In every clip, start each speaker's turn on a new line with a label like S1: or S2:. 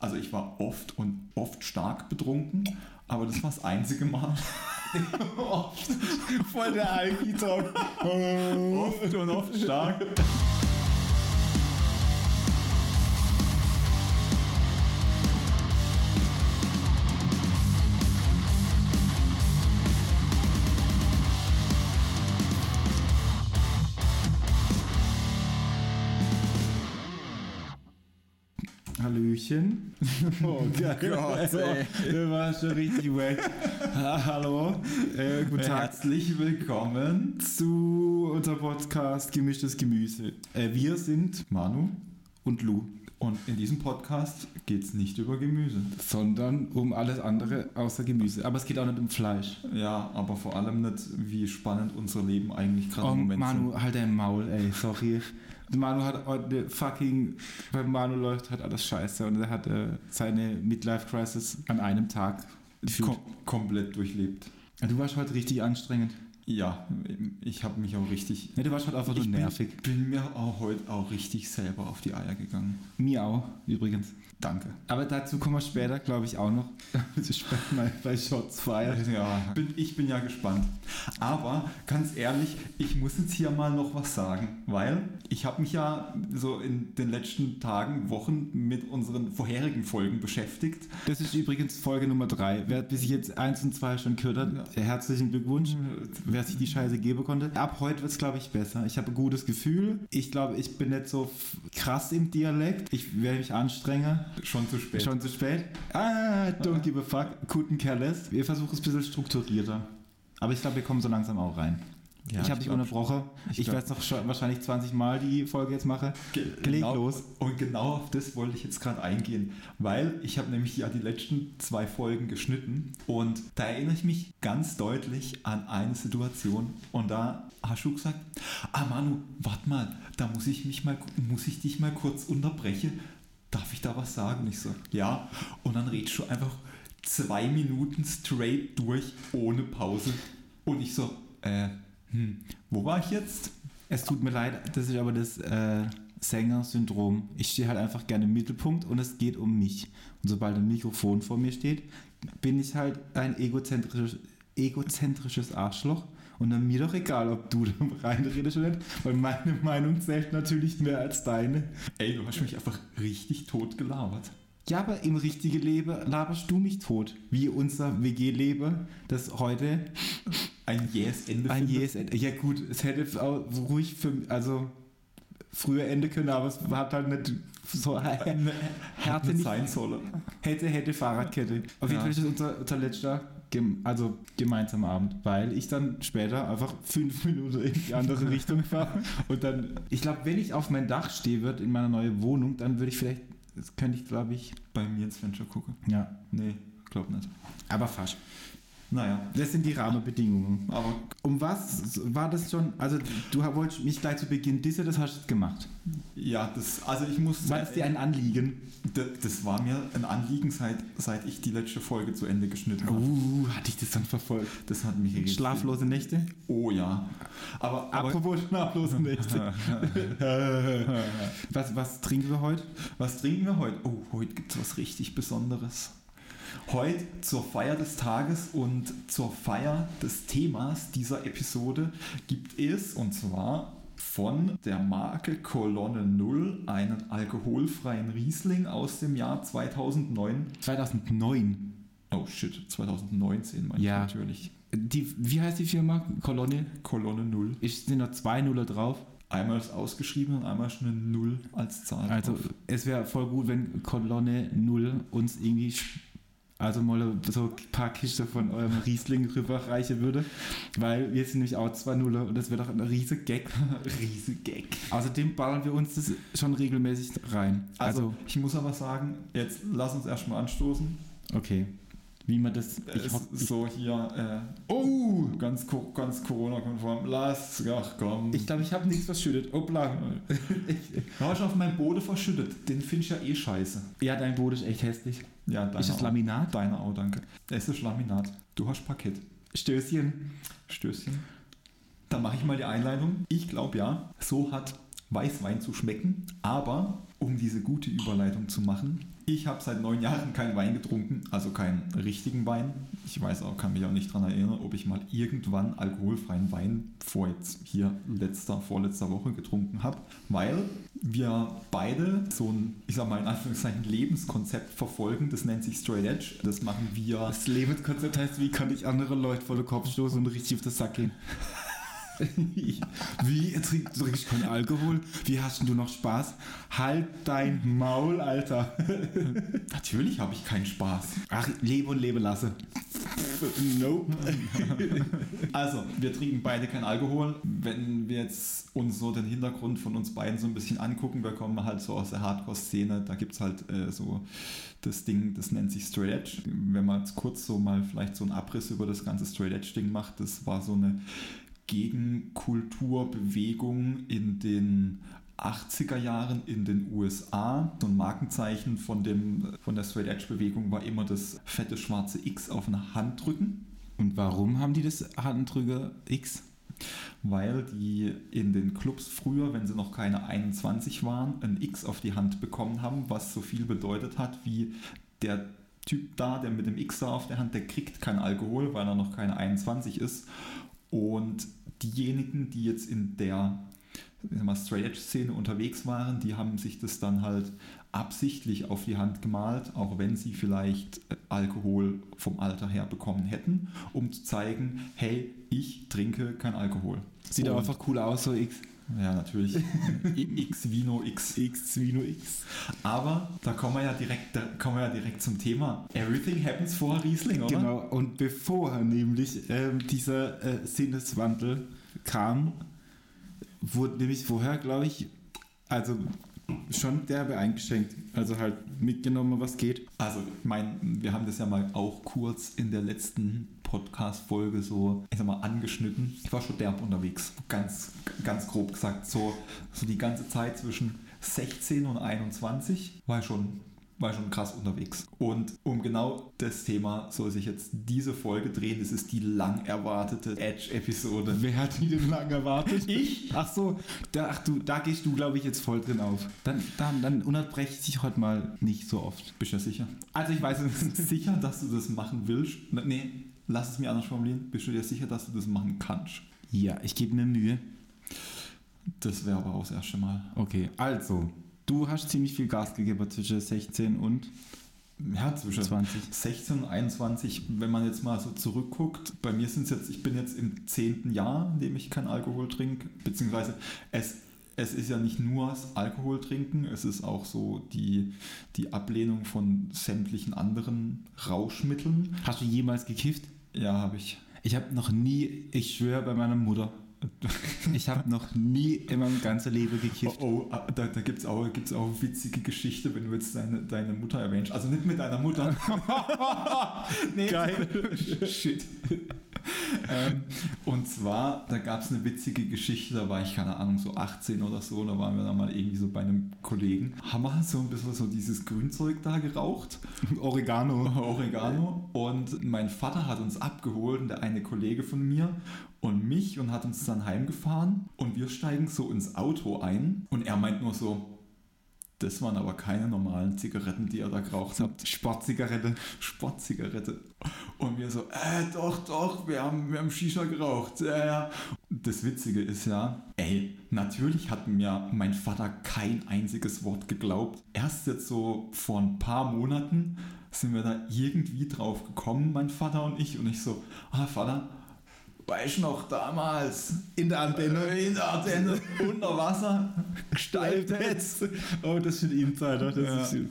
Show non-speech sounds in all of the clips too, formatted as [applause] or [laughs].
S1: also ich war oft und oft stark betrunken, aber das war das einzige Mal. oft,
S2: [laughs] Voll der Alki-Talk.
S1: oft und oft stark. Hallöchen.
S2: [laughs] Oh Gott, ey. Das war schon richtig wack. Ha- Hallo, äh, guten Tag
S1: Herzlich willkommen.
S2: zu unserem Podcast Gemischtes Gemüse. Äh, wir sind
S1: Manu.
S2: und Lou,
S1: Und in diesem Podcast geht es nicht über Gemüse.
S2: sondern um alles andere außer Gemüse. Aber es geht auch nicht um Fleisch.
S1: Ja, aber vor allem nicht, wie spannend unser Leben eigentlich gerade
S2: Oh,
S1: im Moment
S2: Manu, halt dein Maul, ey, sorry. Manu hat heute eine fucking, weil Manu läuft halt alles scheiße und er hat äh, seine Midlife-Crisis an einem Tag
S1: sind.
S2: gefühlt.
S1: Kom komplett durchlebt.
S2: Du warst heute richtig anstrengend.
S1: Ja, ich habe mich auch richtig.
S2: Ja, du warst heute einfach nur
S1: ich
S2: Also nervig.
S1: Bin, bin mir auch heute auch richtig selber auf die Eier gegangen.
S2: Mir auch, übrigens.
S1: Danke.
S2: Aber dazu kommen wir später, glaube ich, auch noch. Wir sprechen mal bei Shots Fire.
S1: Ja, bin, ich bin ja gespannt. Aber ganz ehrlich, ich muss jetzt hier mal noch was sagen, weil ich habe mich ja so in den letzten Tagen, Wochen mit unseren vorherigen Folgen beschäftigt.
S2: Das ist übrigens Folge Nummer 3. Wer bis sich jetzt 1 und 2 schon gehört hat, herzlichen Glückwunsch. Wer sich die Scheiße geben konnte. Ab heute wird es, glaube ich, besser. Ich habe ein gutes Gefühl. Ich glaube, ich bin nicht so f- krass im Dialekt. Ich werde mich anstrengen.
S1: Schon zu spät.
S2: Schon zu spät. Ah, don't give a fuck. Guten Careless. Wir versuchen es ein bisschen strukturierter. Aber ich glaube, wir kommen so langsam auch rein.
S1: Ja,
S2: ich
S1: ich
S2: habe dich
S1: glaub
S2: unterbrochen.
S1: Ich
S2: Ich,
S1: glaub-
S2: werde es noch scho- wahrscheinlich 20 Mal die Folge jetzt mache. Leg los.
S1: genau, Und genau auf das wollte ich jetzt gerade eingehen, weil ich habe nämlich ja die letzten zwei Folgen geschnitten und da erinnere ich mich ganz deutlich an eine Situation und da hast du gesagt, ah Manu, warte mal, da muss ich mich mal, muss ich dich mal kurz unterbrechen, darf ich da was sagen? Und ich so, ja. Und dann redest du einfach zwei Minuten straight durch, ohne Pause. Und ich so, äh, hm, wo war ich jetzt?
S2: Es tut mir leid, das ist aber das äh, Sänger-Syndrom. Ich stehe halt einfach gerne im Mittelpunkt und es geht um mich. Und sobald ein Mikrofon vor mir steht, bin ich halt ein egozentrisches, egozentrisches Arschloch. Und dann mir doch egal, ob du [laughs] da reinredest oder nicht, weil meine Meinung zählt natürlich mehr als deine.
S1: Ey, du hast mich einfach richtig tot gelabert.
S2: Ja, aber im richtigen Leben laberst du mich tot, wie unser WG-Leben, das heute
S1: ein jähes Ende
S2: Ein
S1: findet.
S2: jähes Ende. Ja gut, es hätte auch ruhig für, also früher Ende können, aber es hat halt nicht so [laughs]
S1: Ne, hat
S2: Härte
S1: nicht
S2: nicht-
S1: sein sollen.
S2: hätte, hätte Fahrradkette. Auf jeden
S1: Ja.
S2: Fall ist das unser, unser letzter gem also gemeinsamer Abend, weil ich dann später einfach fünf [laughs] Minuten in
S1: [laughs]
S2: die andere Richtung fahre und dann, ich glaube, wenn ich auf mein Dach stehe wird in meiner neuen Wohnung, dann würde ich vielleicht, das könnte ich glaube ich,
S1: Bei mir ins Fenster gucke.
S2: ja,
S1: Nee, glaub nicht.
S2: aber fast.
S1: Naja,
S2: Das sind die Rahmenbedingungen.
S1: aber
S2: Um was war das schon, also du wolltest mich gleich zu Beginn disse, das hast du jetzt gemacht.
S1: ja, das, also ich muss.
S2: War es dir ein Anliegen?
S1: D- das war mir ein Anliegen, seit, seit ich die letzte Folge zu Ende geschnitten habe.
S2: Uh, hatte ich das dann verfolgt.
S1: Das hat mich richtig-
S2: [laughs] Schlaflose Nächte?
S1: Oh ja. Aber, aber
S2: Apropos schlaflose [laughs] Nächte. was, was trinken wir heute?
S1: was trinken wir heute? Oh, heute gibt es was richtig Besonderes. Heute zur Feier des Tages und zur Feier des Themas dieser Episode gibt es, und zwar von der Marke Kolonne Null, einen alkoholfreien Riesling aus dem Jahr 2009.
S2: 2009.
S1: Oh shit, 2019 meine
S2: Ja.
S1: ich natürlich.
S2: Die, wie heißt die Firma? Kolonne?
S1: Kolonne Null.
S2: Ich sind noch zwei Nuller drauf.
S1: Einmal ist ausgeschrieben und einmal ist eine Null als Zahl.
S2: Also
S1: drauf.
S2: es wäre voll gut, wenn Kolonne 0 uns irgendwie sch- also mal so ein paar Kisten von eurem Riesling rüberreichen würde, weil wir sind nämlich auch zwei Nuller und das wäre doch ein riesiger Gag. [laughs]
S1: riesig Gag.
S2: Außerdem ballern wir uns das schon regelmäßig rein.
S1: Also, ich muss aber sagen, jetzt lass uns erstmal anstoßen.
S2: Okay. Wie man das.
S1: Ich
S2: Ich hoff,
S1: ist so hier, äh, oh, ganz, Co- ganz Corona-konform. Lass, ach komm.
S2: ich glaube, ich habe nichts verschüttet. Obla.
S1: Du hast auf meinen Boden verschüttet. Den finde ich ja eh scheiße.
S2: ja, dein Boot ist echt hässlich.
S1: Ja, deiner
S2: ist das
S1: auch.
S2: Laminat?
S1: Deiner auch, danke. Es ist Laminat. Du hast Parkett.
S2: Stößchen.
S1: Stößchen. Dann mache ich mal die Einleitung. Ich glaube ja, so hat Weißwein zu schmecken. Aber um diese gute Überleitung zu machen, ich habe seit neun Jahren keinen Wein getrunken, also keinen richtigen Wein. Ich weiß auch, kann mich auch nicht daran erinnern, ob ich mal irgendwann alkoholfreien Wein vor jetzt hier letzter, vorletzter Woche getrunken habe, weil wir beide so ein, ich sag mal in Anführungszeichen, Lebenskonzept verfolgen. Das nennt sich Straight Edge. Das machen wir. [laughs]
S2: Das Lebenskonzept heißt, wie kann ich andere Leute vor den Kopf stoßen und richtig auf den Sack gehen? Wie trink- trinkst du keinen Alkohol? Wie hast denn du noch Spaß? Halt dein Maul, Alter.
S1: Natürlich habe ich keinen Spaß.
S2: Ach, lebe und lebe lasse. Nope.
S1: Also, wir trinken beide keinen Alkohol. Wenn wir jetzt uns so den Hintergrund von uns beiden so ein bisschen angucken, wir kommen halt so aus der Hardcore-Szene. Da gibt es halt äh, so das Ding, das nennt sich Straight Edge. Wenn man jetzt kurz so mal vielleicht so einen Abriss über das ganze Straight Edge-Ding macht, das war so eine Gegenkulturbewegung in den 80er Jahren in den USA. So ein Markenzeichen von, dem, von der Straight Edge Bewegung war immer das fette schwarze X auf eine Hand drücken.
S2: Und warum haben die das Handrüge X?
S1: weil die in den Clubs früher, wenn sie noch keine 21 waren, ein X auf die Hand bekommen haben, was so viel bedeutet hat wie der Typ da, der mit dem X da auf der Hand, der kriegt keinen Alkohol, weil er noch keine 21 ist. Und diejenigen, die jetzt in der ich sag mal, Straight Edge Szene unterwegs waren, die haben sich das dann halt absichtlich auf die Hand gemalt, auch wenn sie vielleicht äh, Alkohol vom Alter her bekommen hätten, um zu zeigen, hey, ich trinke kein Alkohol.
S2: Sieht
S1: Und-
S2: aber einfach cool aus, so X.
S1: Ja, natürlich. [laughs] X Vino X.
S2: X, wie nur X.
S1: Aber da kommen wir ja direkt, da kommen wir ja direkt zum Thema. Everything happens vor Riesling, oder?
S2: Genau, und bevor nämlich ähm, dieser äh, Sinneswandel kam, wurde nämlich vorher, glaube ich, also schon derbe eingeschenkt. Also halt mitgenommen, was geht.
S1: Also, ich meine, wir haben das ja mal auch kurz in der letzten Podcast-Folge so, ich sag mal, angeschnitten. Ich war schon derb unterwegs, ganz, ganz grob gesagt. So, so die ganze Zeit zwischen 16 und 21 war ich schon, war ich schon krass unterwegs. Und um genau das Thema soll sich jetzt diese Folge drehen. Das ist die lang erwartete Edge-Episode.
S2: Wer hat die denn lange erwartet? Ich? Ach so, da, ach du, da gehst du, glaube ich, jetzt voll drin auf. Dann, dann, dann unterbreche ich dich heute mal nicht so oft.
S1: Bist du ja sicher?
S2: Also ich weiß es nicht.
S1: sicher, dass du das machen willst? Na, Nee, lass es mir anders formulieren. Bist du dir sicher, dass du das machen kannst?
S2: Ja, ich gebe mir Mühe.
S1: Das wäre aber auch das erste Mal.
S2: Okay, also, du hast ziemlich viel Gas gegeben zwischen 16 und
S1: Ja, zwischen
S2: 20.
S1: 16 und 21, wenn man jetzt mal so zurückguckt, bei mir sind es jetzt, ich bin jetzt im zehnten Jahr, in dem ich keinen Alkohol trinke, beziehungsweise es, es ist ja nicht nur das Alkohol trinken, es ist auch so die, die Ablehnung von sämtlichen anderen Rauschmitteln.
S2: Hast du jemals gekifft?
S1: Ja, habe ich.
S2: Ich habe noch nie, ich schwöre bei meiner Mutter, ich habe noch nie in meinem ganzen Leben
S1: Oh,
S2: gekifft.
S1: oh ah, da, da gibt es auch, gibt's auch witzige Geschichte, wenn du jetzt deine, deine Mutter erwähnst. Also nicht mit deiner Mutter. [laughs] nee.
S2: Geil.
S1: Shit. ähm, und zwar, da gab es eine witzige Geschichte, da war ich, keine Ahnung, so 18 oder so, da waren wir dann mal irgendwie so bei einem Kollegen. Haben wir so ein bisschen so dieses Grünzeug da geraucht.
S2: Oregano.
S1: Oh Oregano. Und mein Vater hat uns abgeholt, und der eine Kollege von mir und mich und hat uns dann heimgefahren. Und wir steigen so ins Auto ein und er meint nur so, das waren aber keine normalen Zigaretten, die ihr da geraucht habt.
S2: Sportzigarette.
S1: Sportzigarette. Und wir so, äh, doch, doch, wir haben, wir haben Shisha geraucht. Ja, ja. Das Witzige ist ja, ey, natürlich hat mir mein Vater kein einziges Wort geglaubt. Erst jetzt so vor ein paar Monaten sind wir da irgendwie drauf gekommen, mein Vater und ich. Und ich so, ah, Vater, weißt noch damals Äh,
S2: In der Antenne.
S1: in der Antenne
S2: [laughs]
S1: unter Wasser
S2: Steif jetzt. Oh, das sind Insider. Das
S1: Ja.
S2: ist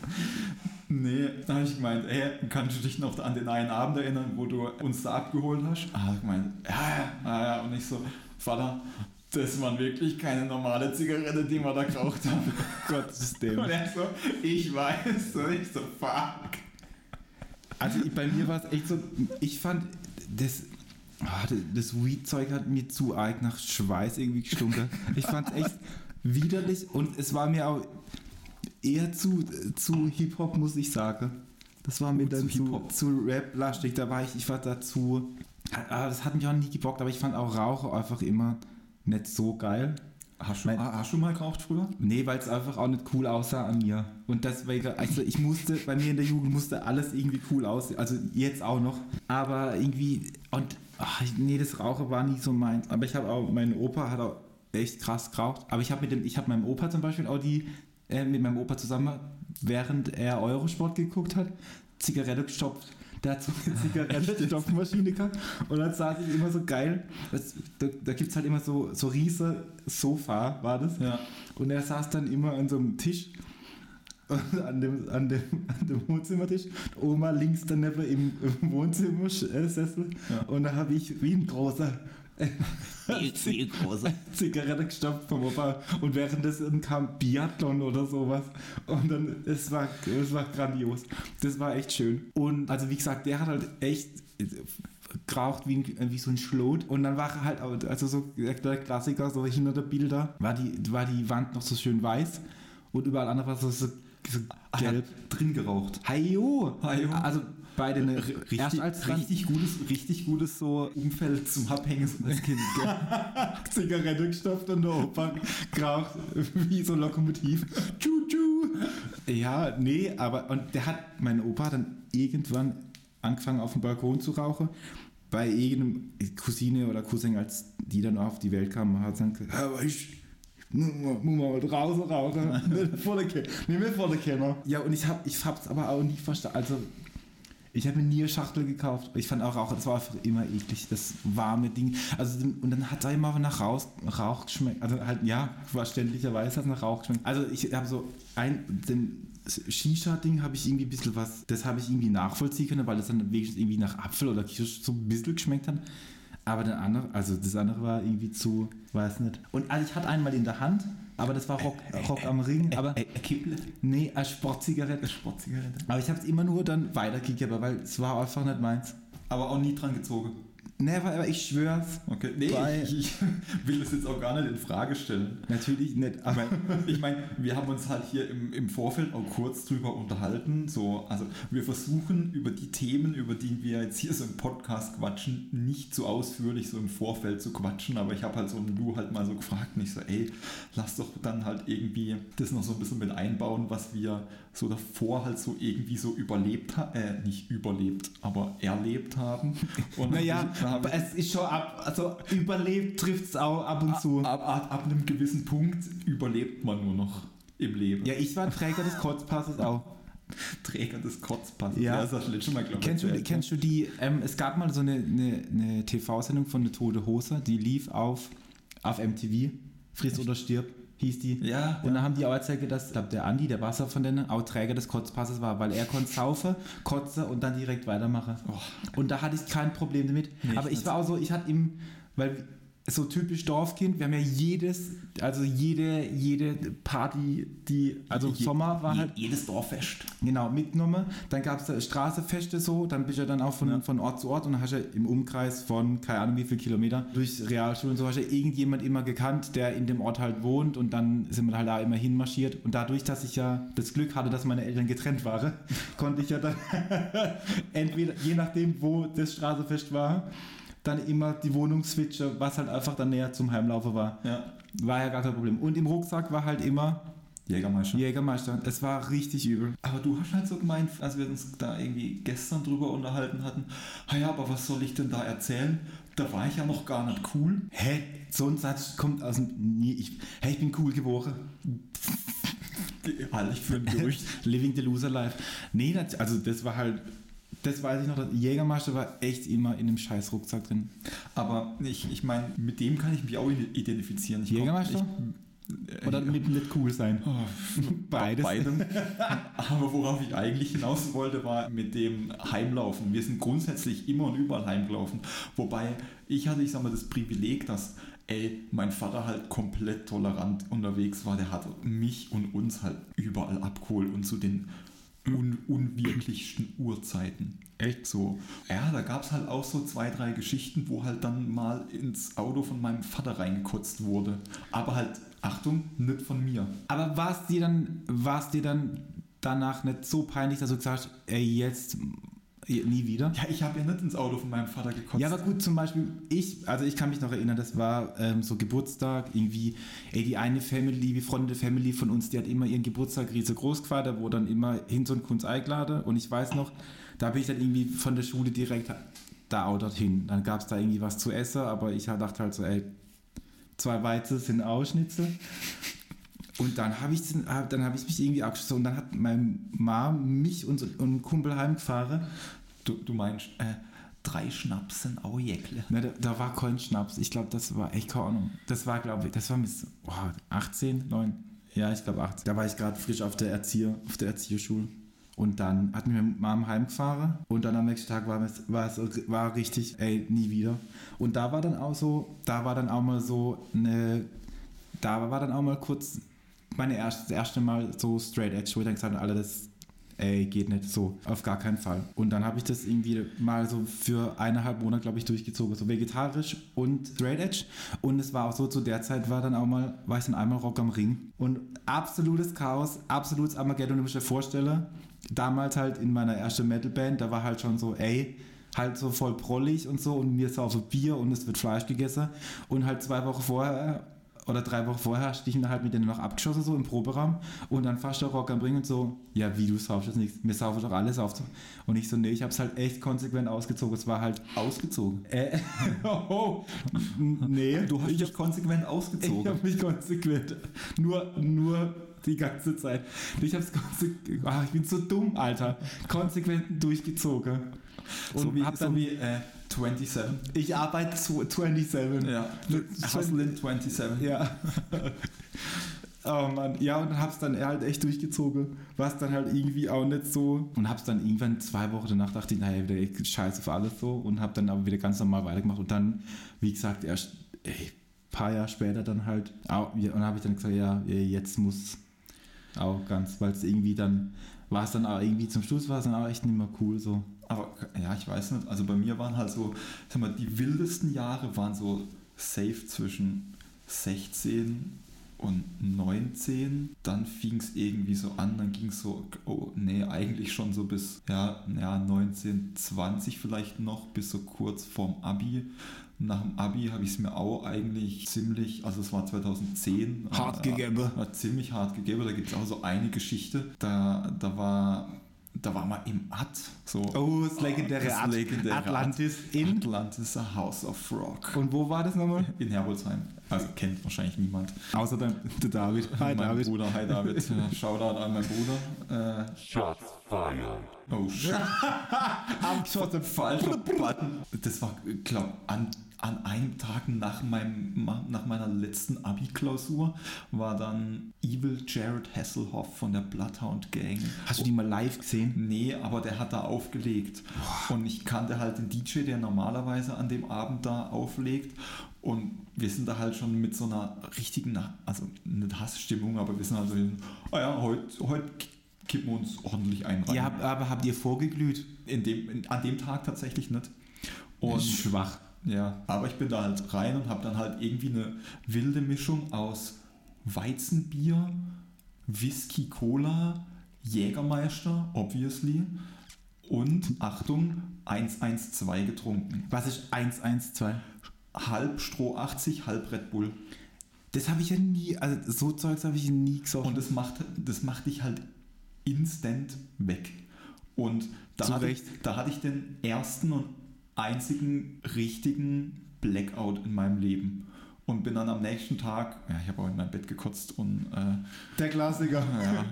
S1: Nee, da habe ich gemeint, ey, kannst du dich noch an den einen Abend erinnern, wo du uns da abgeholt hast? Ah, ich gemeint, ja, ja, ah, ja, und ich so, Vater, das waren wirklich keine normale Zigarette, die wir da geraucht haben. [laughs]
S2: Gottes
S1: Und
S2: Dämon.
S1: er so, ich weiß, und ich so, fuck.
S2: Also ich- bei mir war es echt so, ich fand das, ah, das- das Weed-Zeug hat mir zu arg nach Schweiß irgendwie gestunken. Ich fand es echt widerlich und es war mir auch eher zu, zu Hip-Hop, muss ich sagen. Das war mir
S1: Zu
S2: dann zu,
S1: Hip-Hop.
S2: zu Rap-lastig, da war ich, ich war dazu, ah, das hat mich auch nie gebockt, aber ich fand auch Rauche einfach immer nicht so geil.
S1: Hast du,
S2: Nein.
S1: hast du mal geraucht früher?
S2: Nee, weil es einfach auch nicht cool aussah an mir. Und das, weil, also ich musste, bei mir in der Jugend musste alles irgendwie cool aussehen. Also jetzt auch noch. Aber irgendwie, und ach, nee, das Rauchen war nie so meins. Aber ich habe auch, mein Opa hat auch echt krass geraucht. Aber ich habe mit dem, ich habe meinem Opa zum Beispiel auch die, äh, mit meinem Opa zusammen, während er Eurosport geguckt hat, Zigarette gestopft. Der hat so eine Zigarettenstopfmaschine gehabt und dann saß ich immer so geil. Das, da da gibt es halt immer so, so riese Sofa, war das?
S1: Ja.
S2: Und er saß dann immer an so einem Tisch, [laughs] an dem, an dem, an dem Wohnzimmertisch. Oma links daneben im, im Wohnzimmersessel.
S1: Ja.
S2: Und da habe ich wie ein großer
S3: Viel großer.
S2: Zigarette gestopft vom Opa. Und währenddessen kam Biathlon oder sowas. Und dann, es war, es war grandios. Das war echt schön. Und also wie gesagt, der hat halt echt geraucht wie, ein, wie so ein Schlot. Und dann war halt, auch- also so der Klassiker, so hinter der Bilder, war die, war die Wand noch so schön weiß. Und überall andere war so, so, so
S1: Ah, er
S2: gelb.
S1: hat drin geraucht.
S2: Hajo!
S1: Hajo.
S2: Also beide eine, erst
S1: Richtig,
S2: als dann-
S1: richtig gutes, richtig gutes so Umfeld zum Abhängen so als Kind. Gell?
S2: Zigarette gestopft und der Opa geraucht wie so ein Lokomotiv. Tschu, tschu. Ja, nee, aber und der hat, mein Opa hat dann irgendwann angefangen auf dem Balkon zu rauchen. Bei irgendeinem Cousine oder Cousin, als die dann auf die Welt kamen, hat dann gesagt, aber ich muss mal- muss mal draußen rauchen. Nicht vor der Ke- nicht mehr vor der Kenner. Ja, und ich, hab, ich hab's aber auch nie verstanden. Also, ich habe mir nie eine Schachtel gekauft. Ich fand auch Rauch, das war einfach immer eklig, das warme Ding. Also, und dann hat da immer nach Rauch, Rauch geschmeckt. Also halt, ja, verständlicherweise hat es nach Rauch geschmeckt. Also ich habe so ein, den Shisha-Ding habe ich irgendwie ein bisschen was, das habe ich irgendwie nachvollziehen können, weil das dann wenigstens irgendwie nach Apfel oder Kirsch so ein bisschen geschmeckt hat. Aber der andere, also das andere war irgendwie zu, weiß nicht. Und also ich hatte einmal in der Hand, aber das war Rock, Rock am Ring, aber
S1: Äh, Kipple,
S2: nee, eine Sportzigarette.
S1: Sportzigarette.
S2: Aber ich habe es immer nur dann weitergegeben, weil es war einfach nicht meins.
S1: Aber auch nie dran gezogen.
S2: Never, aber ich schwör's.
S1: Okay. Nee,
S2: Bei-
S1: ich, ich will das jetzt auch gar nicht in Frage stellen.
S2: Natürlich nicht, Also,
S1: Ich
S2: aber
S1: meine, ich mein, wir haben uns halt hier im, im Vorfeld auch kurz drüber unterhalten. So, also wir versuchen über die Themen, über die wir jetzt hier so im Podcast quatschen, nicht so ausführlich so im Vorfeld zu quatschen. Aber ich habe halt so im Du halt mal so gefragt, nicht so, ey, lass doch dann halt irgendwie das noch so ein bisschen mit einbauen, was wir so davor halt so irgendwie so überlebt haben, äh, nicht überlebt, aber erlebt haben. Und
S2: naja,
S1: dann hab ich-
S2: es ist schon ab, also überlebt trifft's auch ab und zu.
S1: ab, ab, ab einem gewissen Punkt überlebt man nur noch im Leben.
S2: Ja, ich war Träger des Kurzpasses auch.
S1: Träger des Kotzpasses.
S2: Ja.
S1: Ja, das hast du letztes Mal, glaube ich.
S2: Kennst du,
S1: erzählt.
S2: kennst du die, ähm, es gab mal so eine, eine, eine TV-Sendung von der Tote Hose, die lief auf, auf MTV, Friss oder Stirb hieß die.
S1: Ja,
S2: Und da haben die auch erzählt, dass ich glaub, der Andi, der Wasser von denen, auch Träger des Kotzpasses war, weil er konnte saufen, kotze und dann direkt weitermachen. Und da hatte ich kein Problem damit.
S1: Oh. Nee,
S2: Aber
S1: ich
S2: ich war auch so, ich hatte im, weil so typisch Dorfkind, wir haben ja jedes, also jede, jede Party, die, also
S1: Je-
S2: Sommer war
S1: Je-
S2: halt
S1: jedes Dorffest.
S2: Genau, mitgenommen. Dann gab es da Straßenfeste so, dann bist du ja dann auch von, von Ort zu Ort und dann hast du im Umkreis von, keine Ahnung wie viel Kilometer, durch Realschulen und so, hast du irgendjemand immer gekannt, der in dem Ort halt wohnt und dann sind wir halt da immer hinmarschiert. Und dadurch, dass ich ja das Glück hatte, dass meine Eltern getrennt waren, [laughs] konnte ich ja dann [laughs] entweder, je nachdem, wo das Straßenfest war, dann immer die Wohnung switchen, was halt einfach dann näher zum Heimlaufen war.
S1: Ja.
S2: War ja gar kein Problem. Und im Rucksack war halt immer
S1: Jägermeister.
S2: Jägermeister. Es war richtig übel.
S1: Aber du hast halt so gemeint, als wir uns da irgendwie gestern drüber unterhalten hatten, ah ja, aber was soll ich denn da erzählen? Da war ich ja noch gar nicht cool.
S2: Hä? So ein Satz kommt aus dem. Nee, ich, hey, ich bin cool geboren.
S1: Halte ich für ein Gerücht. [laughs]
S2: Living the Loser Life. Nee, das, also das war halt. Das weiß ich noch. Das Jägermeister war echt immer in einem scheiß Rucksack drin.
S1: aber ich, ich meine, mit dem kann ich mich auch identifizieren. Ich komm-
S2: Jägermeister?
S1: ich-
S2: Oder
S1: äh,
S2: mit nicht cool sein?
S1: Oh,
S2: [laughs] Beides.
S1: Beidem. [laughs] Aber worauf ich eigentlich hinaus wollte, war mit dem Heimlaufen. Wir sind grundsätzlich immer und überall heimgelaufen. Wobei ich hatte, ich sag mal, das Privileg, dass ey, mein Vater halt komplett tolerant unterwegs war. Der hat mich und uns halt überall abgeholt und zu den un unwirklichsten Uhrzeiten. Echt so. Ja, da gab es halt auch so zwei, drei Geschichten, wo halt dann mal ins Auto von meinem Vater reingekotzt wurde. Aber halt, Achtung, nicht von mir.
S2: Aber war es dir dann, war es dir dann danach nicht so peinlich, dass du gesagt hast, ey, jetzt, Nie wieder.
S1: Ja, ich habe ja nicht ins Auto von meinem Vater gekotzt.
S2: Ja, aber gut, zum Beispiel, ich, also ich kann mich noch erinnern, das war ähm, so Geburtstag, irgendwie, ey, die eine Family, befreundete Family von uns, die hat immer ihren Geburtstag riesengroß gefeiert, da wurde dann immer hin und Kunst eingeladen und ich weiß noch, da bin ich dann irgendwie von der Schule direkt da auch dorthin. Dann gab es da irgendwie was zu essen, aber ich halt dachte halt so, ey, zwei Weizen sind auch Schnitzel. Und dann habe ich, den- hab, dann hab ich mich irgendwie abgeschossen und dann hat mein Mom mich und, so- und einen Kumpel heimgefahren
S1: du, du meinst, äh, drei Schnapsen, au Jäckle.
S2: Na, Ne, da, da war kein Schnaps. Ich glaube, das war, ich keine Ahnung. Das war, glaube ich, das war mit oh, 18, 9. Ja, ich glaube 18. Da war ich gerade frisch auf der Erzieher, auf der Erzieherschule. Und dann hatten wir Mom heimgefahren und dann am nächsten Tag war es, war es war richtig, ey, nie wieder. Und da war dann auch so, da war dann auch mal so eine, da war dann auch mal kurz meine erste, das erste Mal so straight edge, wo ich dann gesagt habe, alle das ey, geht nicht so, auf gar keinen Fall. Und dann habe ich das irgendwie mal so für eineinhalb Monate, glaube ich, durchgezogen, so vegetarisch und straight edge. Und es war auch so, zu der Zeit war dann auch mal, war ich dann einmal Rock am Ring. Und absolutes Chaos, absolutes Armageddon, wenn ich mir vorstelle, damals halt in meiner ersten Metalband, da war halt schon so, ey, halt so voll prollig und so und mir saufe Bier und es wird Fleisch gegessen. Und halt zwei Wochen vorher oder drei Wochen vorher hast du dich dann halt mit denen noch abgeschossen, so im Proberaum. Und dann fast der Rock am Ring und so, ja, wie du saufst jetzt nichts, mir saufe doch alles auf. Und ich so, nee, ich hab's halt echt konsequent ausgezogen. Es war halt ausgezogen. Äh, [laughs] oh, nee,
S1: Du hast
S2: ich
S1: dich
S2: hab,
S1: konsequent
S2: ich
S1: ausgezogen.
S2: hab mich konsequent. Nur, nur die ganze Zeit. Ich hab's konsequent. Ach, ich bin so dumm, Alter. Konsequent durchgezogen. Und
S1: so wie,
S2: hab dann,
S1: so wie äh, 27.
S2: ich arbeite zu 27.
S1: Ja,
S2: Das-
S1: Hustlin 27.
S2: Ja. Oh Mann, ja, und dann hab's dann halt echt durchgezogen. War's dann halt irgendwie auch nicht so. Und hab's dann irgendwann zwei Wochen danach dachte ich, naja, wieder echt scheiß auf alles so. Und hab dann aber wieder ganz normal weitergemacht. Und dann, wie gesagt, erst ey, paar Jahre später dann halt. Auch, ja, und habe ich dann gesagt, ja, jetzt muss auch ganz, weil es irgendwie dann, war es dann auch irgendwie zum Schluss, war es dann auch echt nicht mehr cool so.
S1: Aber ja, ich weiß nicht. Also bei mir waren halt so, sag mal, die wildesten Jahre waren so safe zwischen 16 und 19. Dann fing es irgendwie so an, dann ging es so, oh nee, eigentlich schon so bis, ja, ja, 19, 20 vielleicht noch, bis so kurz vorm Abi. Nach dem Abi habe ich es mir auch eigentlich ziemlich, also es war 2010.
S2: Hart
S1: äh,
S2: gegeben.
S1: War ziemlich hart gegeben. Da gibt es auch so eine Geschichte. Da, da war, da war mal im Ad. So,
S2: Oh, das legendäre,
S1: das
S2: At-
S1: legendäre
S2: Atlantis in.
S1: Atlantis House of Rock.
S2: Und wo war das nochmal?
S1: In Herbolzheim. Also kennt wahrscheinlich niemand.
S2: Außer [laughs] dann der David. Hi,
S1: mein
S2: David.
S1: Bruder, hi
S2: [laughs]
S1: David. Ja, Shoutout an meinen Bruder. Äh,
S4: Shots fired.
S1: oh
S2: [laughs]
S1: shit.
S2: Abgeschossen.
S1: Falscher Button. Das war, glaub, an, an einem Tag nach, meinem, ma- nach meiner letzten Abi-Klausur war dann Evil Jared Hasselhoff von der Bloodhound Gang.
S2: Hast du die mal live gesehen?
S1: Nee, aber der hat da aufgelegt. Und ich kannte halt den DJ, der normalerweise an dem Abend da auflegt. Und wir sind da halt schon mit so einer richtigen, also nicht Hassstimmung, aber wir sind halt so, ah ja, heute heut kippen wir uns ordentlich einen rein.
S2: Ja, hab- aber habt ihr vorgeglüht?
S1: In dem, in, an dem Tag tatsächlich nicht. Und
S2: schwach.
S1: ja, aber ich bin da halt rein und habe dann halt irgendwie eine wilde Mischung aus Weizenbier, Whisky Cola, Jägermeister, obviously, und Achtung, 112 getrunken.
S2: Was ist 112?
S1: Halb Stroh 80, halb Red Bull.
S2: Das habe ich ja nie, also so Zeugs habe ich nie gesoffen.
S1: Und das macht, das macht dich halt instant weg. Und da
S2: Zu
S1: hatte,
S2: Recht.
S1: da hatte ich den ersten und einzigen richtigen Blackout in meinem Leben. Und bin dann am nächsten Tag, ja, ich habe auch in mein Bett gekotzt und äh,
S2: der Klassiker.
S1: ja,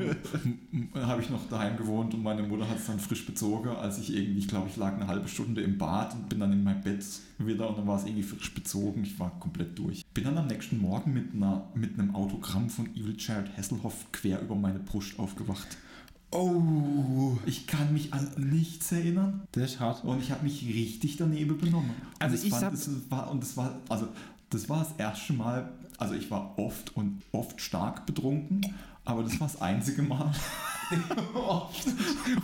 S1: habe ich noch daheim gewohnt und meine Mutter hat es dann frisch bezogen, als ich irgendwie, ich glaube, ich lag eine halbe Stunde im Bad und bin dann in mein Bett wieder und dann war es irgendwie frisch bezogen. Ich war komplett durch. Bin dann am nächsten Morgen mit, einer, mit einem Autogramm von Evil Jared Hasselhoff quer über meine Brust aufgewacht.
S2: Oh.
S1: Ich kann mich an nichts erinnern
S2: Das ist hart.
S1: und ich habe mich richtig daneben benommen. Und
S2: Also
S1: das
S2: ich
S1: fand,
S2: hab-
S1: das war und das war also das war das erste Mal, also ich war oft und oft stark betrunken, aber das war das einzige Mal.
S2: [laughs]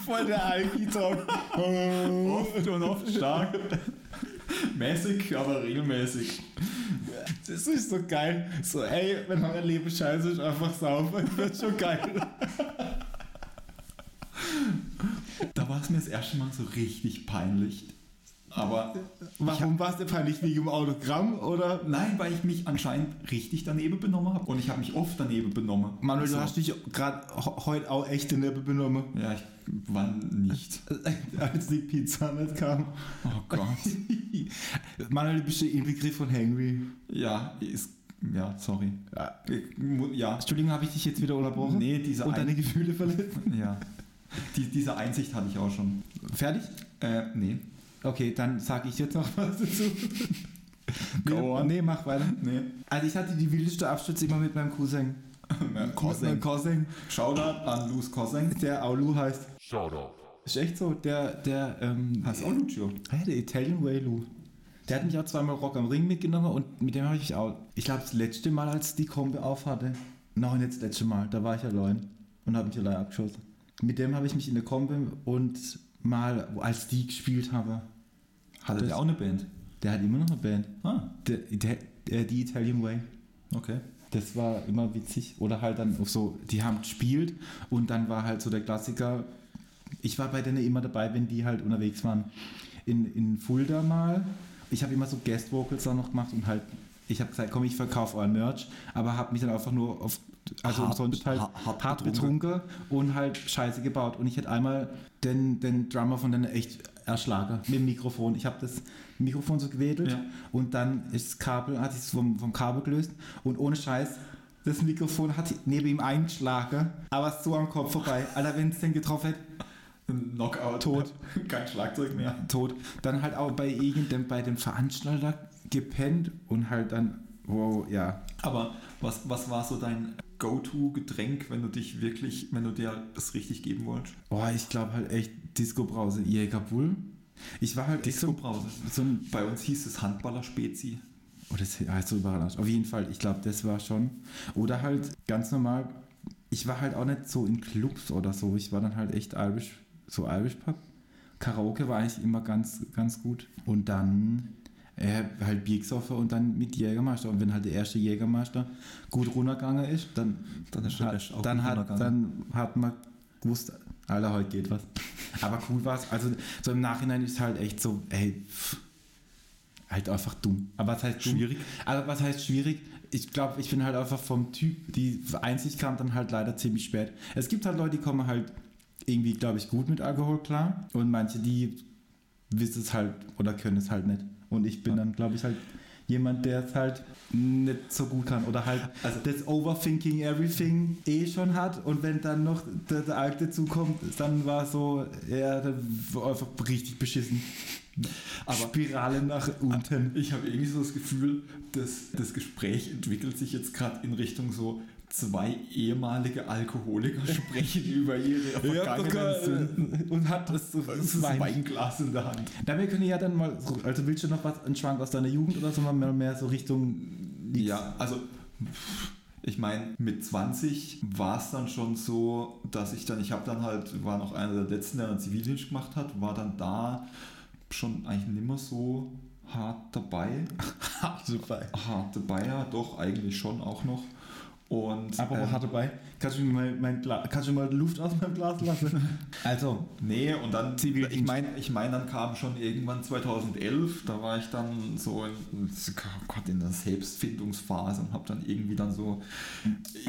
S2: Voll der [laughs] Alki-Talk. Oh,
S1: oft und oft stark. Mäßig, aber regelmäßig.
S2: Das ist so geil. So, ey, wenn euer Leben scheiße ist, [laughs] einfach saufen. Wird schon geil.
S1: Da war es mir das erste Mal so richtig peinlich. Aber
S2: Warum war es dir peinlich wegen dem Autogramm oder?
S1: nein, weil ich mich anscheinend richtig daneben benommen habe. Und ich habe mich oft daneben benommen.
S2: Manuel,
S1: Also-
S2: du hast dich gerade heute auch echt in der benommen,
S1: Ja, ich wann nicht.
S2: [laughs] als die Pizza nicht kam.
S1: Oh Gott.
S2: Manuel, du bist der Inbegriff von Henry.
S1: Ja, ist. Ja, sorry. Ich mu- Ja.
S2: Entschuldigung, habe ich dich jetzt wieder unterbrochen?
S1: Nee, diese
S2: Und
S1: Ein-
S2: deine Gefühle verletzt?
S1: Ja. Die, diese Einsicht hatte ich auch schon.
S2: Fertig?
S1: Äh, nee. [laughs]
S2: Okay, dann sage ich jetzt noch was dazu.
S1: Go
S2: nee,
S1: on.
S2: nee, mach weiter.
S1: Nee.
S2: Also ich hatte die wildeste Abstürze immer mit meinem Cousin. Mit meinem Cousin,
S1: Shoutout an Luz Kosseng.
S2: der Aulu heißt.
S4: Shout out.
S2: Ist echt so, der, der, ähm,
S1: Heißt auch Lucio.
S2: Hey, der Italian Way Lou. Der hat mich auch zweimal Rock am Ring mitgenommen und mit dem habe ich auch, ich glaube, das letzte Mal, als die Kombi auf hatte, nein, jetzt das letzte Mal, da war ich allein und habe mich allein abgeschossen. Mit dem habe ich mich in der Kombi und mal, als die gespielt habe,
S1: Hatte
S2: Das-
S1: der auch eine Band?
S2: der hat immer noch eine Band.
S1: Ah,
S2: Der, der, der, die Italian Way.
S1: okay.
S2: Das war immer witzig. Oder halt dann auf so, die haben gespielt und dann war halt so der Klassiker. Ich war bei denen immer dabei, wenn die halt unterwegs waren. In, in Fulda mal. Ich habe immer so Guest Vocals da noch gemacht und halt, ich habe gesagt, komm, ich verkaufe euer Merch, aber habe mich dann einfach nur auf, also
S3: Hart-
S2: umsonst halt
S3: ha-
S2: hart,
S3: hart
S2: betrunken.
S3: betrunken.
S2: und halt Scheiße gebaut. Und ich hätte einmal den, den Drummer von denen echt erschlagen mit dem Mikrofon. Ich habe das Mikrofon so gewedelt
S1: Ja.
S2: und dann ist das Kabel, hat sich vom, vom Kabel gelöst und ohne Scheiß, das Mikrofon hat neben ihm eingeschlagen, aber so am Kopf vorbei. Alter, wenn es denn getroffen hätte,
S1: Knockout.
S2: Tot.
S1: [laughs] Kein Schlagzeug mehr.
S2: tot. Dann halt auch bei irgendeinem, bei dem Veranstalter gepennt und halt dann, wow, ja.
S1: Aber was, was war so dein Go-To-Getränk, wenn du dich wirklich, wenn du dir das richtig geben wolltest?
S2: Boah, ich glaube halt echt Disco-Brause, Jägerbull. Ich war halt echt so,
S1: Disco-Brause.
S2: so ein
S1: Bei uns hieß es Handballer-Spezi.
S2: Oh, das heißt so überrascht. Auf jeden Fall, ich glaube, das war schon. Oder halt ganz normal, ich war halt auch nicht so in Clubs oder so. Ich war dann halt echt Irish, so Irish Pub. Karaoke war eigentlich immer ganz, ganz gut. Und dann äh, halt Biergesoffen und dann mit Jägermeister. Und wenn halt der erste Jägermeister gut runtergegangen ist, dann,
S1: Dann ist der Rest auch
S2: dann,
S1: gut
S2: hat, dann
S1: runtergegangen.
S2: hat man gewusst, Alter, heute geht was. [laughs] Aber cool war es. Also so im Nachhinein ist halt echt so, ey, pff, halt einfach dumm. Aber was heißt dumm?
S1: Schwierig.
S2: Aber was heißt schwierig? Ich glaube, ich bin halt einfach vom Typ, die Einsicht kam dann halt leider ziemlich spät. Es gibt halt Leute, die kommen halt irgendwie, glaube ich, gut mit Alkohol klar und manche, die wissen es halt oder können es halt nicht. Und ich bin dann, glaube ich, halt jemand, der es halt nicht so gut kann oder halt
S1: Also-
S2: das Overthinking Everything eh schon hat und wenn dann noch der, der Alk dazukommt, dann war so, ja, dann war einfach richtig beschissen.
S1: Aber-
S2: Spirale nach unten.
S1: Ich habe irgendwie so das Gefühl, dass das Gespräch entwickelt sich jetzt gerade in Richtung so zwei ehemalige Alkoholiker [laughs] sprechen über ihre vergangenen
S2: äh,
S1: Sünden.
S2: und hat das,
S1: Das ist ein Weinglas in der Hand.
S2: Dabei können ja dann mal, so- also willst du noch was, einen Schwank aus deiner Jugend oder so mal mehr, mehr so Richtung X? [laughs]
S1: Ja, also ich meine, mit 20 war es dann schon so, dass ich dann, ich habe dann halt, war noch einer der letzten, der dann Zivildienst gemacht hat, war dann da schon eigentlich nimmer so hart
S2: [laughs]
S1: dabei.
S2: dabei.
S1: Hart dabei, ja, doch, eigentlich schon auch noch. Und
S2: Aber
S1: ähm,
S2: hart dabei. Kannst du mir mal, mein Gla kannst du mal Luft aus meinem Glas lassen? [laughs] Also,
S1: Nee, und dann,
S2: Zivildienst.
S1: ich meine, ich mein, dann kam schon irgendwann 2011, da war ich dann so in, oh Gott, in der Selbstfindungsphase und habe dann irgendwie dann so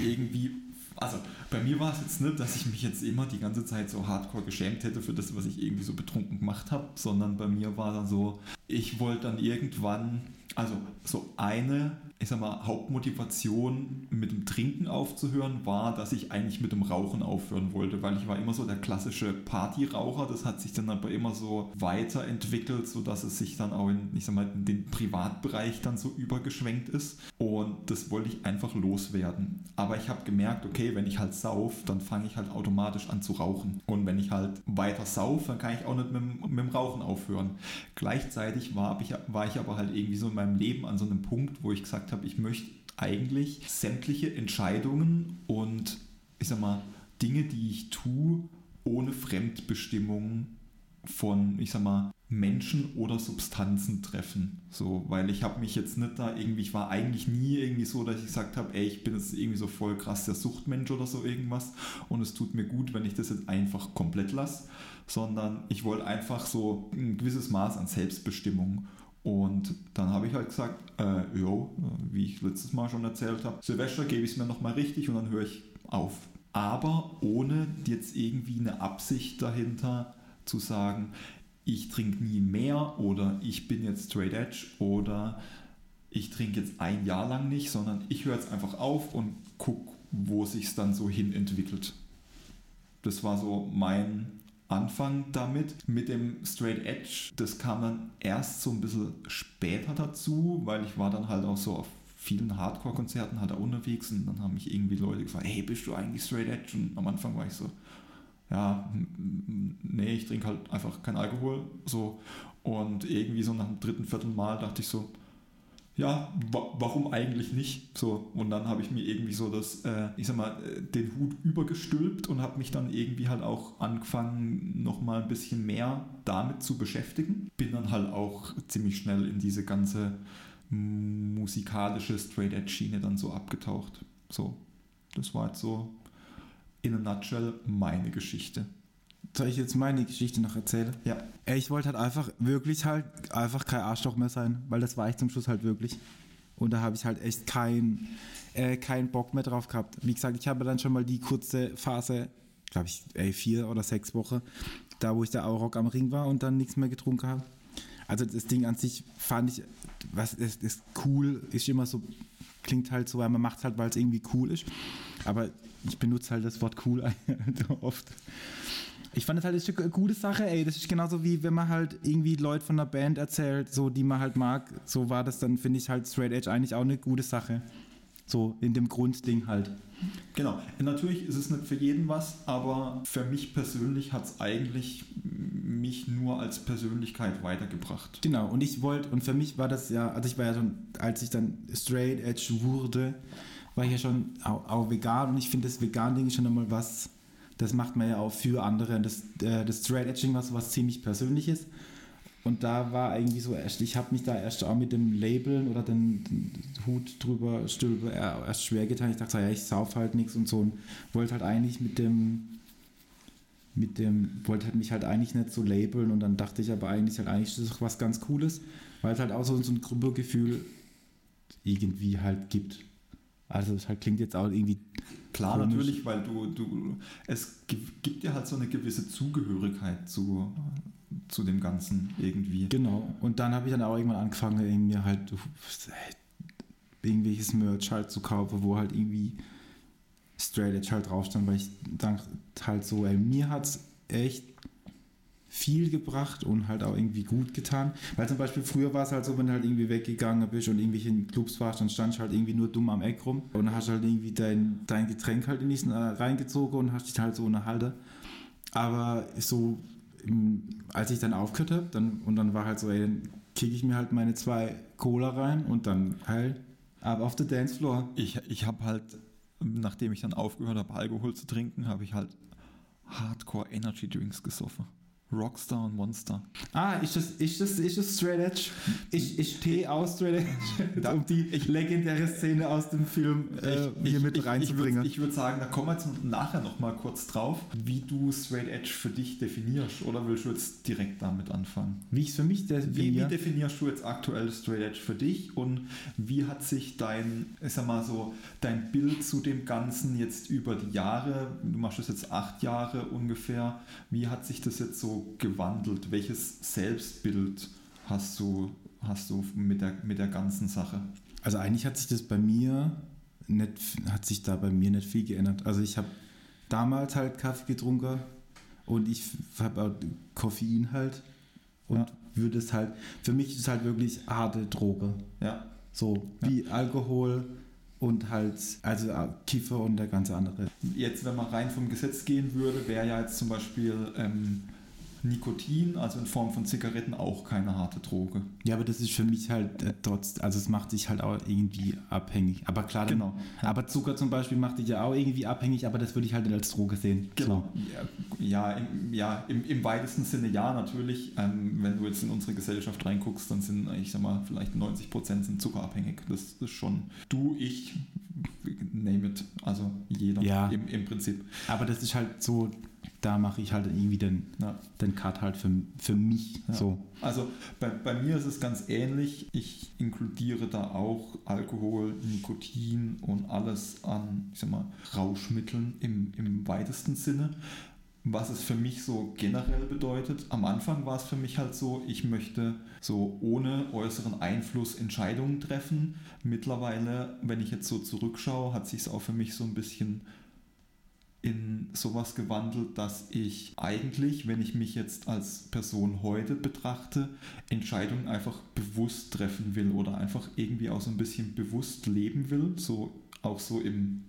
S1: irgendwie, also bei mir war es jetzt nicht, dass ich mich jetzt immer die ganze Zeit so hardcore geschämt hätte für das, was ich irgendwie so betrunken gemacht habe, sondern bei mir war dann so, ich wollte dann irgendwann, also so eine, ich sag mal, Hauptmotivation mit dem Trinken aufzuhören war, dass ich eigentlich mit dem Rauchen aufhören wollte, weil ich war immer so der klassische Partyraucher. Das hat sich dann aber immer so weiterentwickelt, sodass es sich dann auch in, ich sag mal, in den Privatbereich dann so übergeschwenkt ist. Und das wollte ich einfach loswerden. Aber ich habe gemerkt, okay, wenn ich halt sauf, dann fange ich halt automatisch an zu rauchen. Und wenn ich halt weiter sauf, dann kann ich auch nicht mit, dem- mit dem Rauchen aufhören. Gleichzeitig war, hab ich, war ich aber halt irgendwie so in meinem Leben an so einem Punkt, wo ich gesagt habe, ich möchte eigentlich sämtliche Entscheidungen und ich sag mal, Dinge, die ich tue, ohne Fremdbestimmung von, ich sag mal, Menschen oder Substanzen treffen. So, weil ich habe mich jetzt nicht da irgendwie, ich war eigentlich nie irgendwie so, dass ich gesagt habe, ey, ich bin jetzt irgendwie so voll krass der Suchtmensch oder so irgendwas und es tut mir gut, wenn ich das jetzt einfach komplett lasse, sondern ich wollte einfach so ein gewisses Maß an Selbstbestimmung. Und dann habe ich halt gesagt, äh, jo, wie ich letztes Mal schon erzählt habe, Silvester gebe ich es mir nochmal richtig und dann höre ich auf. Aber ohne jetzt irgendwie eine Absicht dahinter zu sagen, ich trinke nie mehr oder ich bin jetzt straight edge oder ich trinke jetzt ein Jahr lang nicht, sondern ich höre jetzt einfach auf und gucke, wo sich dann so hin entwickelt. Das war so mein Anfang damit. Mit dem Straight Edge, das kam dann erst so ein bisschen später dazu, weil ich war dann halt auch so auf vielen Hardcore-Konzerten halt auch unterwegs und dann haben mich irgendwie Leute gefragt, hey, bist du eigentlich Straight Edge? Und am Anfang war ich so, ja, m- m- nee, ich trinke halt einfach keinen Alkohol. So. Und irgendwie so nach dem dritten, vierten Mal dachte ich so, ja, wa warum eigentlich nicht? So, und dann habe ich mir irgendwie so das, äh, ich sag mal, äh, den Hut übergestülpt und habe mich dann irgendwie halt auch angefangen, nochmal ein bisschen mehr damit zu beschäftigen. Bin dann halt auch ziemlich schnell in diese ganze musikalische Straight Edge Schiene dann so abgetaucht. So, das war jetzt so in a nutshell meine Geschichte.
S2: Soll ich jetzt meine Geschichte noch erzählen?
S1: Ja.
S2: Ey, ich wollte halt einfach, wirklich halt, einfach kein Arschloch mehr sein, weil das war ich zum Schluss halt wirklich. Und da habe ich halt echt keinen äh, keinen Bock mehr drauf gehabt. Wie gesagt, ich habe dann schon mal die kurze Phase, glaube ich, ey, vier oder sechs Wochen, da wo ich da auch Rock am Ring war und dann nichts mehr getrunken habe. Also das Ding an sich fand ich, was ist, ist cool, ist immer so, klingt halt so, weil man macht halt, weil es irgendwie cool ist. Aber ich benutze halt das Wort cool [laughs] oft. Ich fand das halt das ist eine gute Sache, ey. Das ist genauso wie wenn man halt irgendwie Leute von einer Band erzählt, so die man halt mag. So war das dann, finde ich halt Straight Edge eigentlich auch eine gute Sache. So in dem Grundding halt.
S1: Genau. Natürlich ist es nicht für jeden was, aber für mich persönlich hat es eigentlich mich nur als Persönlichkeit weitergebracht.
S2: Genau, und ich wollte, und für mich war das ja, also ich war ja schon, als ich dann Straight Edge wurde, war ich ja schon auch, auch vegan und ich finde das Vegan-Ding ist schon einmal was, das macht man ja auch für andere. Und das, äh, das Straight Edging war so was ziemlich Persönliches. Und da war irgendwie so, erst- ich habe mich da erst auch mit dem Labeln oder dem, dem Hut drüber stülpe äh, erst schwer getan. Ich dachte, so, ja, ich sauf halt nichts und so und wollte halt eigentlich mit dem mit dem, wollte halt mich halt eigentlich nicht so labeln und dann dachte ich aber eigentlich halt eigentlich ist das doch was ganz Cooles, weil es halt auch so, so ein Gruppegefühl irgendwie halt gibt. Also es halt klingt jetzt auch irgendwie
S1: Klar,
S2: Komisch.
S1: natürlich, weil du, du, es gi- gibt dir halt so eine gewisse Zugehörigkeit zu, zu dem Ganzen irgendwie.
S2: Genau. Und dann habe ich dann auch irgendwann angefangen, irgendwie mir halt äh, irgendwelches Merch halt zu kaufen, wo halt irgendwie Straight Edge halt drauf stand, weil ich dachte halt so, ey, mir hat es echt viel gebracht und halt auch irgendwie gut getan. Weil zum Beispiel früher war es halt so, wenn du halt irgendwie weggegangen bist und irgendwelche in Clubs warst, dann stand ich halt irgendwie nur dumm am Eck rum und hast halt irgendwie dein, dein Getränk halt in diesen äh, reingezogen und hast dich halt so unterhalten. Aber so, im- als ich dann aufgehört habe, dann, und dann war halt so, ey, dann kicke ich mir halt meine zwei Cola rein und dann halt ab auf the Dancefloor.
S1: Ich, ich habe halt, nachdem ich dann aufgehört habe, Alkohol zu trinken, habe ich halt Hardcore Energy Drinks gesoffen. Rockstar und Monster.
S2: Ah, ist das, ist das, ist das Straight Edge? Ich, ich stehe aus Straight Edge, [laughs] um die legendäre Szene aus dem Film äh, hier mit reinzubringen.
S1: Ich, ich würde sagen, da kommen wir jetzt nachher nochmal kurz drauf, wie du Straight Edge für dich definierst. Oder willst du jetzt direkt damit anfangen?
S2: wie ich es für mich
S1: Wie, wie
S2: definiere.
S1: definierst du jetzt aktuell Straight Edge für dich und wie hat sich dein, ich sag mal so, dein Bild zu dem Ganzen jetzt über die Jahre, du machst das jetzt acht Jahre ungefähr, wie hat sich das jetzt so gewandelt? Welches Selbstbild hast du, hast du mit der, mit der ganzen Sache?
S2: Also eigentlich hat sich das bei mir nicht, hat sich da bei mir nicht viel geändert. Also ich habe damals halt Kaffee getrunken und ich habe auch Koffein halt und
S1: Ja.
S2: würde es halt, für mich ist es halt wirklich harte Droge.
S1: Ja,
S2: So wie Alkohol und halt, also äh, Kiefer und der ganze andere.
S1: jetzt, wenn man rein vom Gesetz gehen würde, wäre ja jetzt zum Beispiel ähm, Nikotin, also in Form von Zigaretten, auch keine harte Droge.
S2: Ja, aber das ist für mich halt äh, trotz, also es macht dich halt auch irgendwie abhängig. Aber klar,
S1: Genau.
S2: dann, aber Zucker zum Beispiel macht dich ja auch irgendwie abhängig, aber das würde ich halt nicht als Droge sehen.
S1: Genau.
S2: So.
S1: Ja, im, ja im, im weitesten Sinne ja, natürlich. Ähm, wenn du jetzt in unsere Gesellschaft reinguckst, dann sind, ich sag mal, vielleicht 90 Prozent sind zuckerabhängig. Das ist schon du, ich, name it. Also jeder
S2: Ja.
S1: im, im Prinzip.
S2: Aber das ist halt so, da mache ich halt irgendwie den,
S1: Ja.
S2: den Cut halt für, für mich.
S1: Ja.
S2: So.
S1: Also bei, bei mir ist es ganz ähnlich. Ich inkludiere da auch Alkohol, Nikotin und alles an, ich sag mal, Rauschmitteln im, im weitesten Sinne. Was es für mich so generell bedeutet, am Anfang war es für mich halt so, ich möchte so ohne äußeren Einfluss Entscheidungen treffen. Mittlerweile, wenn ich jetzt so zurückschaue, hat sich es auch für mich so ein bisschen in sowas gewandelt, dass ich eigentlich, wenn ich mich jetzt als Person heute betrachte, Entscheidungen einfach bewusst treffen will oder einfach irgendwie auch so ein bisschen bewusst leben will, so auch so im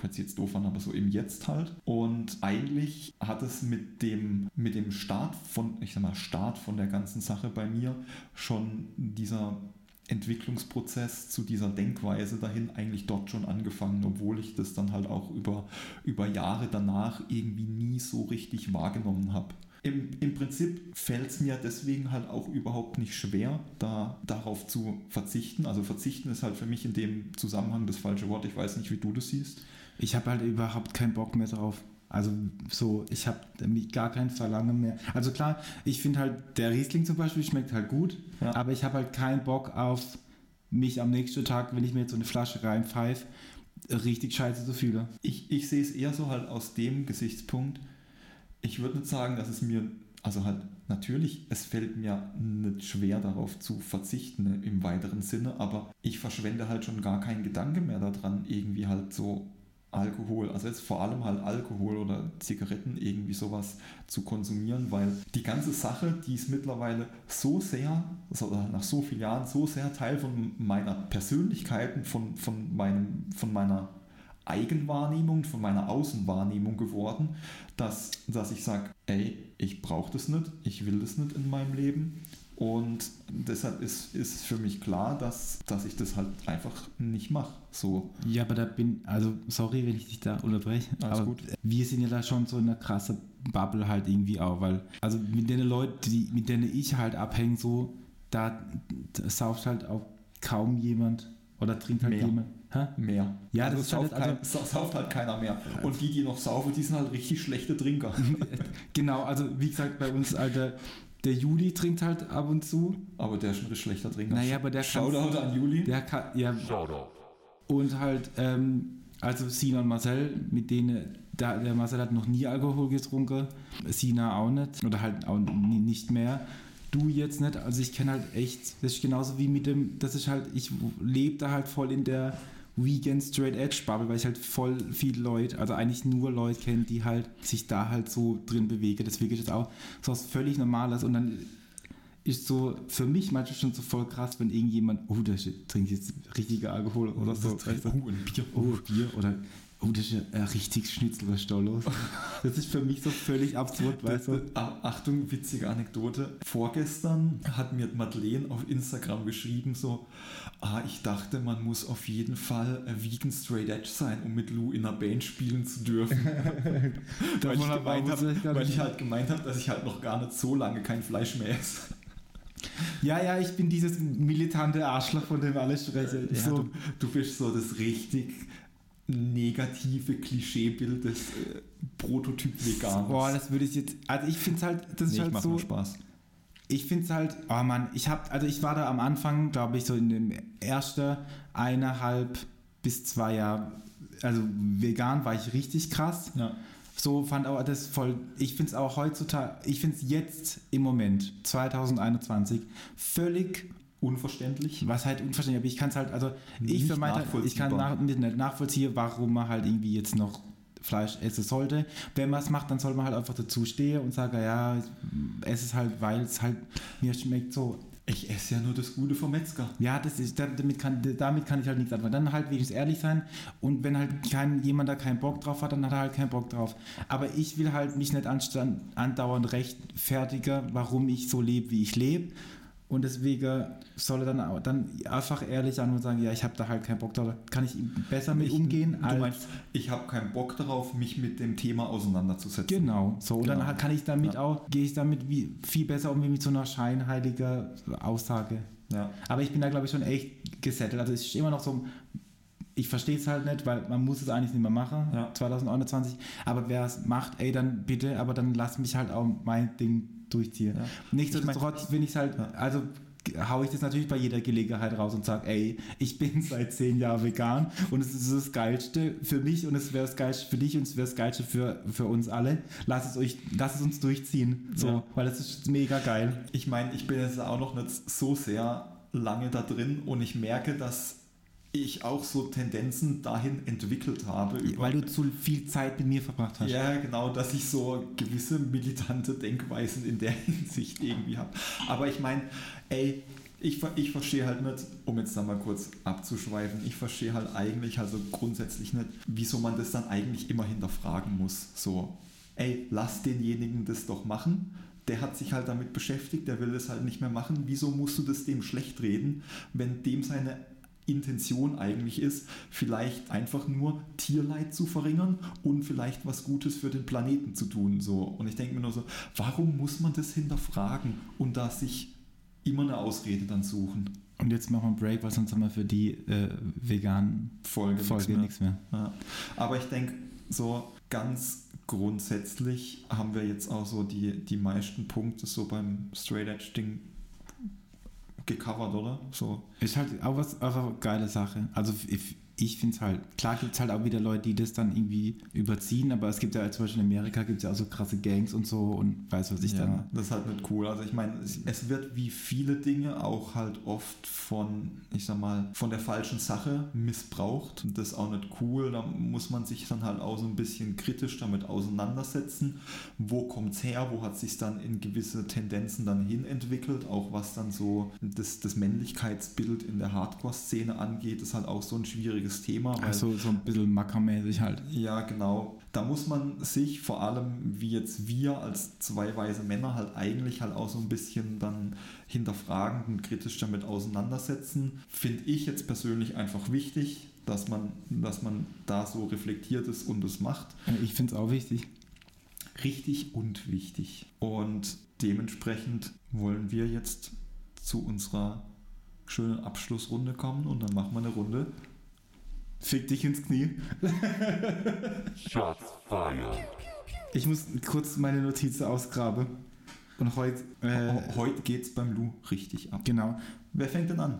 S1: hört sich jetzt doof an, aber so im Jetzt halt. Und eigentlich hat es mit dem, mit dem Start von, ich sag mal, Start von der ganzen Sache bei mir schon dieser Entwicklungsprozess zu dieser Denkweise dahin eigentlich dort schon angefangen, obwohl ich das dann halt auch über, über Jahre danach irgendwie nie so richtig wahrgenommen habe. Im, Im Prinzip fällt es mir deswegen halt auch überhaupt nicht schwer, da darauf zu verzichten. Also verzichten ist halt für mich in dem Zusammenhang das falsche Wort. Ich weiß nicht, wie du das siehst.
S2: Ich habe halt überhaupt keinen Bock mehr drauf. Also so, ich habe gar kein Verlangen mehr. Also klar, ich finde halt, der Riesling zum Beispiel schmeckt halt gut,
S1: Ja.
S2: aber ich habe halt keinen Bock auf mich am nächsten Tag, wenn ich mir jetzt so eine Flasche reinpfeife, richtig scheiße zu fühlen.
S1: Ich, ich sehe es eher so halt aus dem Gesichtspunkt. Ich würde nicht sagen, dass es mir, also halt natürlich, es fällt mir nicht schwer darauf zu verzichten ne, im weiteren Sinne, aber ich verschwende halt schon gar keinen Gedanke mehr daran, irgendwie halt so Alkohol, also jetzt vor allem halt Alkohol oder Zigaretten irgendwie sowas zu konsumieren, weil die ganze Sache, die ist mittlerweile so sehr, also nach so vielen Jahren, so sehr Teil von meiner Persönlichkeit und von, von, meinem, von meiner Eigenwahrnehmung, von meiner Außenwahrnehmung geworden, dass, dass ich sage, ey, ich brauche das nicht, ich will das nicht in meinem Leben. Und deshalb ist, ist für mich klar, dass, dass ich das halt einfach nicht mache. So,
S2: Ja, aber da bin, also sorry, wenn ich dich da unterbreche,
S1: Alles
S2: aber
S1: gut.
S2: wir sind ja da schon so in einer krassen Bubble halt irgendwie auch, weil, also mit den Leuten, die, mit denen ich halt abhänge, so, da, da sauft halt auch kaum jemand oder trinkt halt
S1: Mehr.
S2: jemand. Hä?
S1: mehr.
S2: Ja,
S1: also
S2: das ist halt
S1: sauft,
S2: jetzt- also-
S1: kein, sa- sauft halt keiner mehr. Und die, die noch saufen, die sind halt richtig schlechte
S2: [laughs]
S1: Trinker.
S2: Genau, also wie gesagt, bei uns, Alter, der Juli trinkt halt ab und zu.
S1: Aber der ist ein richtig schlechter Trinker.
S2: Naja, aber der kann's-
S1: Shoutout an Juli.
S2: Der kann, ja. Und halt, ähm, also Sina und Marcel, mit denen, da, der Marcel hat noch nie Alkohol getrunken, Sina auch nicht, oder halt auch ni- nicht mehr. Du jetzt nicht, also ich kenne halt echt, das ist genauso wie mit dem, das ist halt, ich lebe da halt voll in der Weekend Straight Edge Bubble, weil ich halt voll viele Leute, also eigentlich nur Leute kenne, die halt sich da halt so drin bewegen. Deswegen ist das auch so was völlig Normales und dann ist so für mich manchmal schon so voll krass, wenn irgendjemand, oh, der trinkt jetzt richtiger Alkohol oder so. weißt du?
S1: oh, ein Bier.
S2: Oh, Bier oder oh, das ist ja ein richtig Schnitzel, was ist da los? Das ist für mich so völlig absurd, weißt du?
S1: Ah, Achtung, witzige Anekdote. Vorgestern hat mir Madeleine auf Instagram geschrieben, so, ah, ich dachte, man muss auf jeden Fall äh, vegan straight edge sein, um mit Lou in einer Band spielen zu
S2: [laughs]
S1: dürfen. weil, ich
S2: Davon
S1: gemeint
S2: wusste ich gar
S1: hab, weil
S2: nicht.
S1: ich halt gemeint habe, dass ich halt noch gar nicht so lange kein Fleisch mehr esse.
S2: Ja, ja, ich bin dieses militante Arschloch, von dem alle sprechen.
S1: Ja,
S2: so,
S1: du, du bist so das richtig negative Klischeebild des äh, Prototyp-Veganers.
S2: boah, das würde ich jetzt, also ich finde es halt, das ist
S1: nee, ich
S2: halt
S1: mach
S2: so,
S1: nur Spaß.
S2: Ich finde es halt, oh Mann, ich habe, also ich war da am Anfang, glaube ich, so in dem ersten eineinhalb bis zwei Jahr, also vegan war ich richtig krass.
S1: Ja.
S2: So fand auch das voll, ich finde es auch heutzutage, ich finde es jetzt im Moment, 2021, völlig
S1: Unverständlich.
S2: was halt unverständlich, aber ich kann es halt, also ich
S1: Nicht
S2: für meine, ich kann
S1: nachvollziehbar.
S2: nach, nicht nachvollziehen, warum man halt irgendwie jetzt noch Fleisch essen sollte. Wenn man es macht, dann soll man halt einfach dazu stehen und sagen, ja, ich esse es halt, weil es halt mir schmeckt so.
S1: Ich esse ja nur das Gute vom Metzger.
S2: Ja, das ist, damit, kann, damit kann ich halt nichts anfangen. Dann halt wenigstens ehrlich sein. Und wenn halt kein, jemand da keinen Bock drauf hat, dann hat er halt keinen Bock drauf. Aber ich will halt mich nicht anstand, andauernd rechtfertiger, warum ich so lebe, wie ich lebe. Und deswegen soll er dann, au- dann einfach ehrlich sein und sagen, ja, ich habe da halt keinen Bock drauf. Kann ich besser mit
S1: Ich-
S2: umgehen
S1: Du meinst, ich habe keinen Bock darauf, mich mit dem Thema auseinanderzusetzen.
S2: Genau, so. Und
S1: Genau.
S2: dann kann ich damit auch, gehe ich damit wie, viel besser um wie mit so einer scheinheiliger Aussage.
S1: Ja.
S2: Aber ich bin da, glaube ich, schon echt gesettelt. Also es ist immer noch so, ich verstehe es halt nicht, weil man muss es eigentlich nicht mehr machen,
S1: Ja.
S2: 2021. Aber wer es macht, ey, dann bitte, aber dann lass mich halt auch mein Ding durchziehen.
S1: Ja.
S2: Nichtsdestotrotz bin ich halt,
S1: Ja.
S2: also hau ich das natürlich bei jeder Gelegenheit raus und sage, ey, ich bin [laughs] seit zehn Jahren vegan und es ist das Geilste für mich und es wäre das Geilste für dich und es wäre das Geilste für, für uns alle. Lass es euch, lass es uns durchziehen. So,
S1: Ja.
S2: weil das ist mega geil.
S1: Ich meine, ich bin jetzt auch noch nicht so sehr lange da drin und ich merke, dass ich auch so Tendenzen dahin entwickelt habe. über-
S2: Weil du zu viel Zeit mit mir verbracht hast.
S1: ja, genau, dass ich so gewisse militante Denkweisen in der [laughs] Hinsicht irgendwie habe. Aber ich meine, ey, ich, ver- ich verstehe halt nicht, um jetzt da mal kurz abzuschweifen, ich verstehe halt eigentlich, also grundsätzlich nicht, wieso man das dann eigentlich immer hinterfragen muss. So, ey, lass denjenigen das doch machen. Der hat sich halt damit beschäftigt, der will das halt nicht mehr machen. Wieso musst du das dem schlecht reden, wenn dem seine Intention eigentlich ist, vielleicht einfach nur Tierleid zu verringern und vielleicht was Gutes für den Planeten zu tun. So. Und ich denke mir nur so, warum muss man das hinterfragen und da sich immer eine Ausrede dann suchen?
S2: Und jetzt machen wir einen Break, weil sonst haben wir für die äh, veganen
S1: Folge,
S2: Folge nichts mehr.
S1: Ja. Aber ich denke, so ganz grundsätzlich haben wir jetzt auch so die, die meisten Punkte so beim Straight Edge Ding gecovert, oder? So.
S2: Ist halt auch was einfach eine geile Sache. Also ich, ich finde es halt, klar gibt es halt auch wieder Leute, die das dann irgendwie überziehen, aber es gibt ja zum Beispiel in Amerika gibt es ja auch so krasse Gangs und so und weiß was ich
S1: ja,
S2: dann.
S1: Das ist halt nicht cool. Also ich meine, es, es wird wie viele Dinge auch halt oft von, ich sag mal, von der falschen Sache missbraucht. Und Das ist auch nicht cool. Da muss man sich dann halt auch so ein bisschen kritisch damit auseinandersetzen. Wo kommt's her? Wo hat sich dann in gewisse Tendenzen dann hin entwickelt? Auch was dann so das, das Männlichkeitsbild in der Hardcore-Szene angeht, ist halt auch so ein schwieriges Thema. weil-
S2: Also so ein bisschen mackermäßig halt.
S1: ja, genau. Da muss man sich vor allem, wie jetzt wir als zwei weise Männer, halt eigentlich halt auch so ein bisschen dann hinterfragend und kritisch damit auseinandersetzen. Finde ich jetzt persönlich einfach wichtig, dass man, dass man da so reflektiert ist und es macht.
S2: Äh, Ich finde es auch wichtig.
S1: Richtig und wichtig. Und dementsprechend wollen wir jetzt zu unserer schönen Abschlussrunde kommen und dann machen wir eine Runde.
S2: Fick dich ins Knie.
S4: Shots fired.
S2: Ich muss kurz meine Notizen ausgraben. Und heute... Äh,
S1: Ho- Heute geht's beim Lou richtig ab.
S2: genau.
S1: Wer fängt denn an?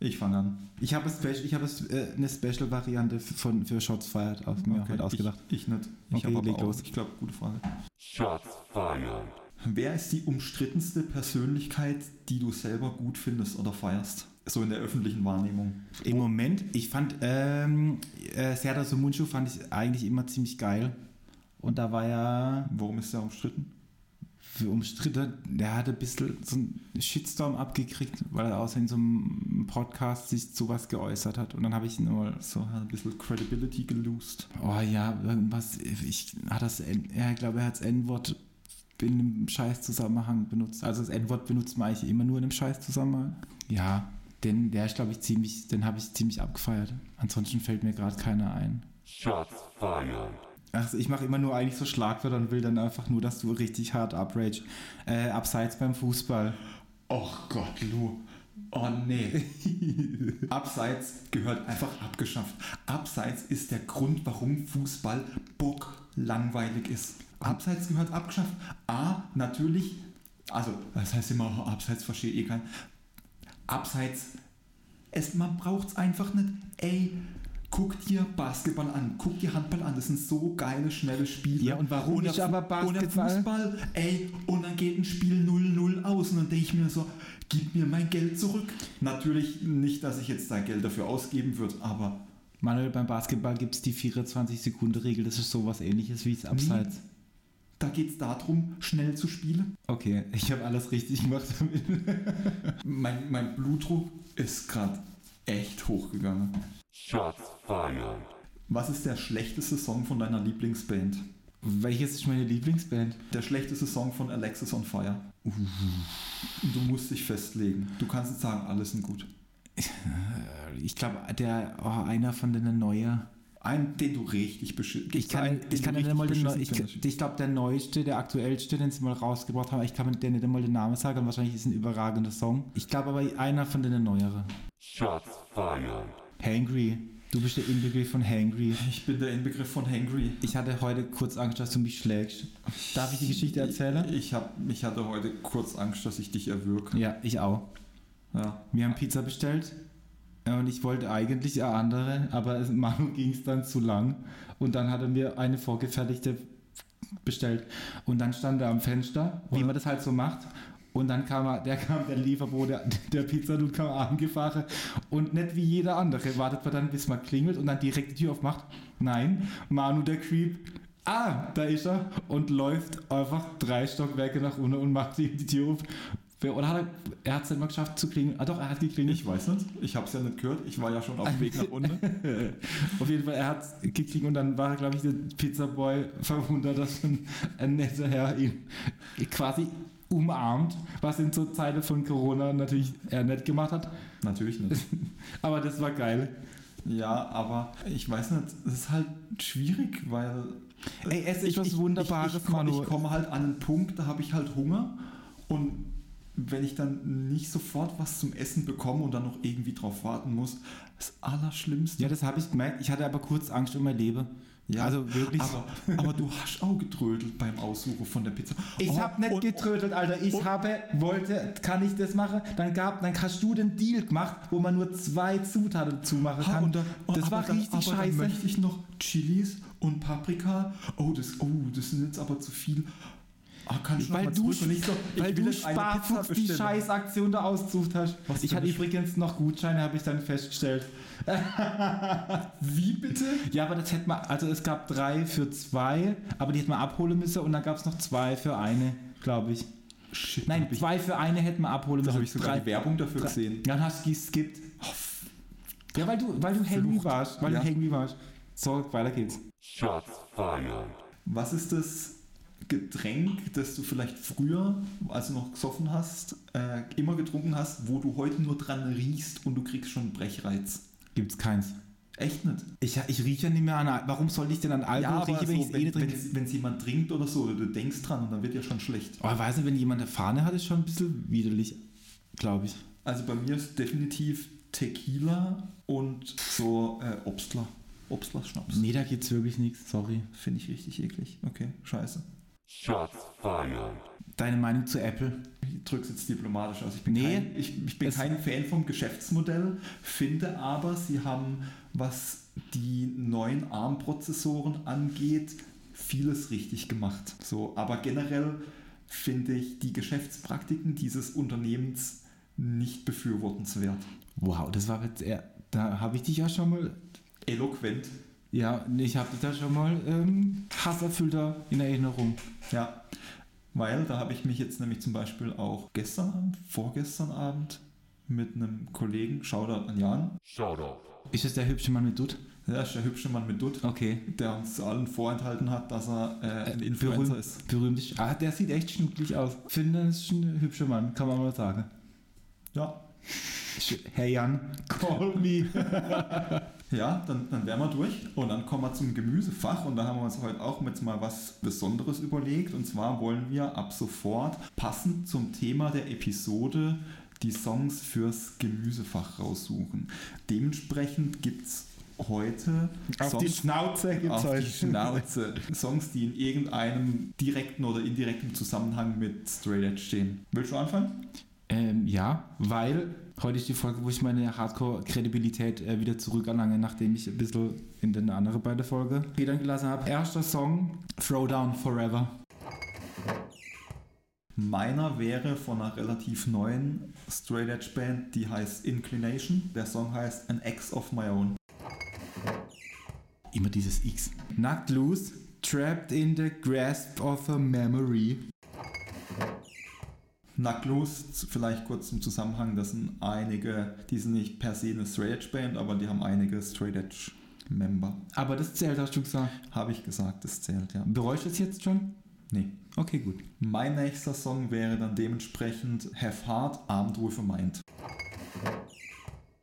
S1: Ich fange an.
S2: Ich habe Special, ich habe äh, eine Special-Variante von für Shots Fired auf mir heute ausgedacht.
S1: Ich, ich nicht. Ich
S2: Okay,
S1: habe
S2: leg
S1: aber
S2: los.
S1: auch, ich glaube, gute Frage.
S4: Shots fired.
S1: Wer ist die umstrittenste Persönlichkeit, die du selber gut findest oder feierst? So in der öffentlichen Wahrnehmung.
S2: Im Moment, ich fand ähm, äh, Serdar Sumuncu fand ich eigentlich immer ziemlich geil. Und da war ja
S1: Warum ist der umstritten?
S2: für umstritten, der hatte ein bisschen so einen Shitstorm abgekriegt, weil er außer in so einem Podcast sich sowas geäußert hat. Und dann habe ich ihn immer
S1: So, hat ein bisschen Credibility gelost.
S2: Oh ja, irgendwas. Ich hat das. N- Ja, ich glaube, er hat das N-Wort in einem Scheißzusammenhang benutzt. Also das N-Wort benutzt man eigentlich immer nur in einem Scheißzusammenhang. Ja, den, der ist, glaube ich, ziemlich, den habe ich ziemlich abgefeiert. Ansonsten fällt mir gerade keiner ein.
S4: Shots fired.
S2: Also ich mache immer nur eigentlich so Schlagwörter und will dann einfach nur, dass du richtig hart uprage. Äh, abseits beim Fußball.
S1: Och Gott, Lou. Oh nee. Abseits gehört einfach abgeschafft. Abseits ist der Grund, warum Fußball bock langweilig ist. Abseits gehört abgeschafft. A, natürlich. Also, das heißt immer, oh, abseits verstehe eh kein. Abseits, es, man braucht es einfach nicht. Ey, guck dir Basketball an, guck dir Handball an. Das sind so geile, schnelle Spiele.
S2: Ja, und warum
S1: Ohne
S2: nicht
S1: Fu-
S2: aber
S1: ohne
S2: Basketball?
S1: Fußball Ball, ey, und dann geht ein Spiel 0-0 aus und dann denke ich mir so, gib mir mein Geld zurück. Natürlich nicht, dass ich jetzt da Geld dafür ausgeben würde, aber
S2: Manuel, beim Basketball gibt es die 24-Sekunden-Regel. Das ist sowas ähnliches wie es Abseits.
S1: Da geht es darum, schnell zu spielen.
S2: Okay, ich habe alles richtig gemacht damit.
S1: Mein, mein Blutdruck ist gerade echt hochgegangen.
S4: Shots fired.
S1: Was ist der schlechteste Song von deiner Lieblingsband?
S2: Welches ist meine Lieblingsband?
S1: Der schlechteste Song von Alexis on Fire. Und Du musst dich festlegen. Du kannst nicht sagen, alles sind gut.
S2: Ich glaube, der oh, einer von den neuen.
S1: Einen, den du richtig beschissen
S2: Ich kann, ich kann nicht mal den Neu- ich, ich glaube, der neueste, der aktuellste, den sie mal rausgebracht haben, ich kann dir nicht mal den Namen sagen, wahrscheinlich ist ein überragender Song. Ich glaube aber einer von den neueren.
S4: Shots fired.
S2: Hangry. Du bist der Inbegriff von Hangry.
S1: Ich bin der Inbegriff von Hangry.
S2: Ich hatte heute kurz Angst, dass du mich schlägst. Darf ich die Geschichte erzählen?
S1: Ich, hab, ich hatte heute kurz Angst, dass ich dich erwürge.
S2: Ja, ich auch.
S1: Ja.
S2: Wir haben Pizza bestellt äh, und ich wollte eigentlich eine andere, aber es- [laughs] Manu ging es dann zu lang und dann hat er mir eine vorgefertigte bestellt und dann stand er am Fenster, wie man das halt so macht. Und dann kam er, der kam der Lieferbote, der Pizzadude kam angefahren und nicht wie jeder andere wartet man dann, bis man klingelt und dann direkt die Tür aufmacht. Nein, Manu der Creep. Ah, da ist er und läuft einfach drei Stockwerke nach unten und macht ihm die Tür auf. Wer- Oder hat er, er hat es nicht mal geschafft zu klingeln. Ah doch, er hat geklingelt.
S1: Ich weiß nicht. Ich hab's ja nicht gehört. Ich war ja schon auf dem Weg nach
S2: [laughs]
S1: unten.
S2: Auf jeden Fall, er hat gekriegt und dann war, glaube ich, der Pizzaboy verwundert, dass ein, ein netter Herr ihn quasi umarmt, was in so Zeiten von Corona natürlich er nett gemacht hat.
S1: Natürlich nicht.
S2: Aber das war geil.
S1: Ja, aber ich weiß nicht. Es ist halt schwierig, weil
S2: Ey, es
S1: Ich-
S2: ist was
S1: ich-
S2: Wunderbares,
S1: ich, ich, komm-
S2: Manu.
S1: Ich komme halt an einen Punkt, da habe ich halt Hunger und wenn ich dann nicht sofort was zum Essen bekomme und dann noch irgendwie drauf warten muss, das Allerschlimmste.
S2: ja, das habe ich gemerkt. Ich hatte aber kurz Angst um mein Leben.
S1: Ja,
S2: also wirklich.
S1: aber, aber du hast auch getrödelt beim Aussuchen von der Pizza.
S2: ich
S1: Oh,
S2: habe nicht
S1: und-
S2: getrödelt, Alter. Ich
S1: und-
S2: habe, wollte, kann ich das machen? Dann gab, dann hast du den Deal gemacht, wo man nur zwei Zutaten zumachen
S1: Ha,
S2: kann.
S1: und da, und
S2: das
S1: aber
S2: war
S1: dann,
S2: richtig
S1: aber
S2: scheiße.
S1: Dann möchte ich noch Chilis und Paprika. Oh, das, oh, das sind jetzt aber zu viel. Ah, kann ich noch
S2: Weil
S1: mal
S2: du,
S1: zurück und ich so, ich
S2: weil
S1: will
S2: du
S1: jetzt eine Pizza
S2: Sparfuchs die
S1: bestellen.
S2: Scheißaktion da ausgesucht hast.
S1: Was
S2: ich
S1: für
S2: hatte
S1: eine-
S2: übrigens noch Gutscheine, habe ich dann [laughs] festgestellt.
S1: Wie bitte?
S2: Ja, aber das hätte man, also es gab drei für zwei, aber die hätte man abholen müssen und dann gab es noch zwei für eine, glaube ich.
S1: Shit,
S2: Nein,
S1: hab ich,
S2: zwei für eine hätte man abholen
S1: da
S2: müssen.
S1: habe ich sogar
S2: drei,
S1: die Werbung dafür gesehen.
S2: Ja, Dann hast du geskippt. Ja, weil du, weil du hangry warst. Weil
S1: Ja.
S2: du hangry warst. So, weiter geht's.
S4: Shots fired.
S1: Was ist das Getränk, das du vielleicht früher, als du noch gesoffen hast, äh, immer getrunken hast, wo du heute nur dran riechst und du kriegst schon Brechreiz?
S2: Gibt's keins.
S1: Echt nicht. Also,
S2: Ich, ich rieche ja nicht mehr an. Al- Warum soll ich denn an Alkohol riechen, wenn ich eh nicht trinke?
S1: wenn es jemand trinkt oder so, oder du denkst dran und dann wird ja schon schlecht.
S2: Oh, ich weiß nicht, wenn jemand eine Fahne hat, ist schon ein bisschen widerlich, glaube ich.
S1: Also bei mir ist definitiv Tequila und so äh, Obstler. Obstler-Schnaps.
S2: Nee, da geht's wirklich nichts, sorry.
S1: Finde ich richtig eklig. Okay, scheiße.
S4: Shots fired.
S2: Deine Meinung zu Apple?
S1: Ich drück's jetzt diplomatisch aus. Ich bin,
S2: Nee,
S1: kein, ich, ich bin
S2: es-
S1: kein Fan vom Geschäftsmodell, finde aber, sie haben, was die neuen ARM-Prozessoren angeht, vieles richtig gemacht. So, aber generell finde ich die Geschäftspraktiken dieses Unternehmens nicht befürwortenswert.
S2: Wow, das war jetzt eher. Da habe ich dich ja schon mal.
S1: Eloquent.
S2: Ja, nee, ich habe dich da schon mal ähm, hasserfüllter in Erinnerung.
S1: Ja, weil da habe ich mich jetzt nämlich zum Beispiel auch gestern Abend, vorgestern Abend mit einem Kollegen, Shoutout an Jan,
S4: Shut up.
S2: Ist das der hübsche Mann mit Dutt?
S1: der ist der hübsche Mann mit Dutt,
S2: Okay.
S1: der uns allen vorenthalten hat, dass er äh, ein Influencer
S2: berühmt,
S1: ist.
S2: Berühmt ist. Ah, der sieht echt schnucklig aus. Finde, das ist ein hübscher Mann, kann man mal sagen.
S1: Ja,
S2: Hey Jan, call [laughs] me.
S1: ja dann, dann wären wir durch und dann kommen wir zum Gemüsefach und da haben wir uns heute auch jetzt mal was Besonderes überlegt und zwar wollen wir ab sofort passend zum Thema der Episode die Songs fürs Gemüsefach raussuchen. Dementsprechend gibt es heute Songs-
S2: Schnauze
S1: auf die Schnauze. Songs, die in irgendeinem direkten oder indirekten Zusammenhang mit Straight Edge stehen. Willst du anfangen?
S2: Ähm, ja, weil heute ist die Folge, wo ich meine Hardcore-Kredibilität äh, wieder zurückerlange, nachdem ich ein bisschen in den anderen beiden Folge Federn gelassen habe. Erster Song, Throwdown Forever.
S1: Meiner wäre von einer relativ neuen Straight Edge Band, die heißt Inclination. Der Song heißt An Ex of My Own.
S2: Immer dieses X. Nackt Loose, Trapped in the grasp of a memory.
S1: Nacklos, z- vielleicht kurz im Zusammenhang, das sind einige, die sind nicht per se eine Straight Edge Band, aber die haben einige Straight Edge Member.
S2: Aber das zählt, hast du gesagt.
S1: Habe ich gesagt, das zählt, ja.
S2: Bereust du es jetzt schon?
S1: Nee.
S2: Okay, gut.
S1: Mein nächster Song wäre dann dementsprechend Have Heart, Armed with a Mind.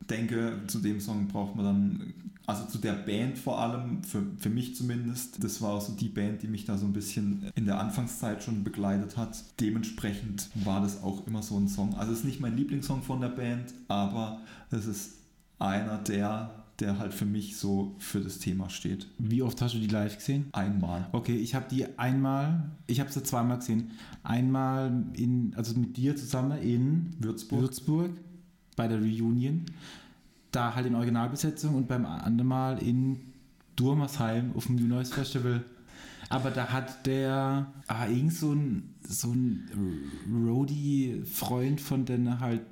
S1: Denke, zu dem Song braucht man dann, also zu der Band vor allem, für, für mich zumindest, das war so die Band, die mich da so ein bisschen in der Anfangszeit schon begleitet hat. Dementsprechend war das auch immer so ein Song. Also es ist nicht mein Lieblingssong von der Band, aber es ist einer der, der halt für mich so für das Thema steht.
S2: Wie oft hast du die live gesehen?
S1: Einmal.
S2: Okay, ich habe die einmal, ich habe sie zweimal gesehen. Einmal in, also mit dir zusammen in
S1: Würzburg.
S2: Würzburg bei der Reunion. Da halt in Originalbesetzung und beim anderen Mal in Durmersheim auf dem New Noise Festival. Aber da hat der, ah, irgend so ein, so ein Roadie-Freund von denen halt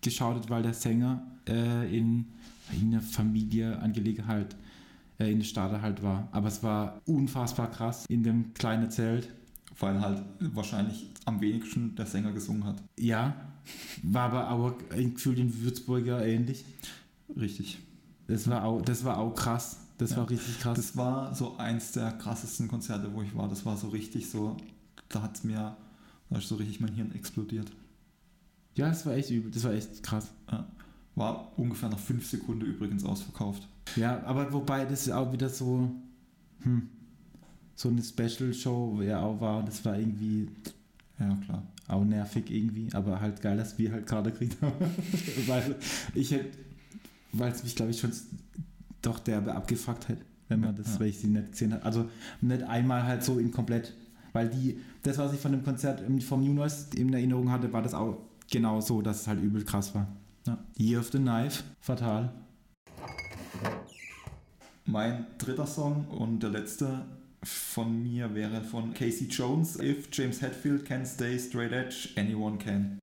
S2: geschautet, weil der Sänger äh, in irgendeiner Familie Angelegenheit äh, in der Stade halt war. Aber es war unfassbar krass in dem kleinen Zelt.
S1: Weil halt wahrscheinlich am wenigsten der Sänger gesungen hat.
S2: Ja, war aber auch gefühlt in Würzburger ähnlich.
S1: Richtig.
S2: Das war auch, das war auch krass. Das
S1: Ja.
S2: war richtig krass.
S1: Das war so eins der krassesten Konzerte, wo ich war. Das war so richtig so, da hat es mir, da ist so richtig mein Hirn explodiert.
S2: ja, das war echt übel. Das war echt krass.
S1: Ja. War ungefähr nach fünf Sekunden übrigens ausverkauft.
S2: Ja, aber wobei das auch wieder so, hm, so eine Special-Show ja auch war. Das war irgendwie
S1: Ja, klar.
S2: auch nervig irgendwie, aber halt geil, dass wir halt gerade gekriegt haben. [laughs] weil ich hätte, weil es mich, glaube ich, schon doch derbe abgefuckt hätte, wenn man das,
S1: Ja.
S2: weil ich sie nicht gesehen habe. Also nicht einmal halt so in komplett, weil die, das, was ich von dem Konzert ähm, vom New Noise in Erinnerung hatte, war das auch genau so, dass es halt übel krass war.
S1: Ja.
S2: Year of the Knife, fatal.
S1: Mein dritter Song und der letzte von mir wäre von Casey Jones. If James Hetfield can stay straight edge, anyone can.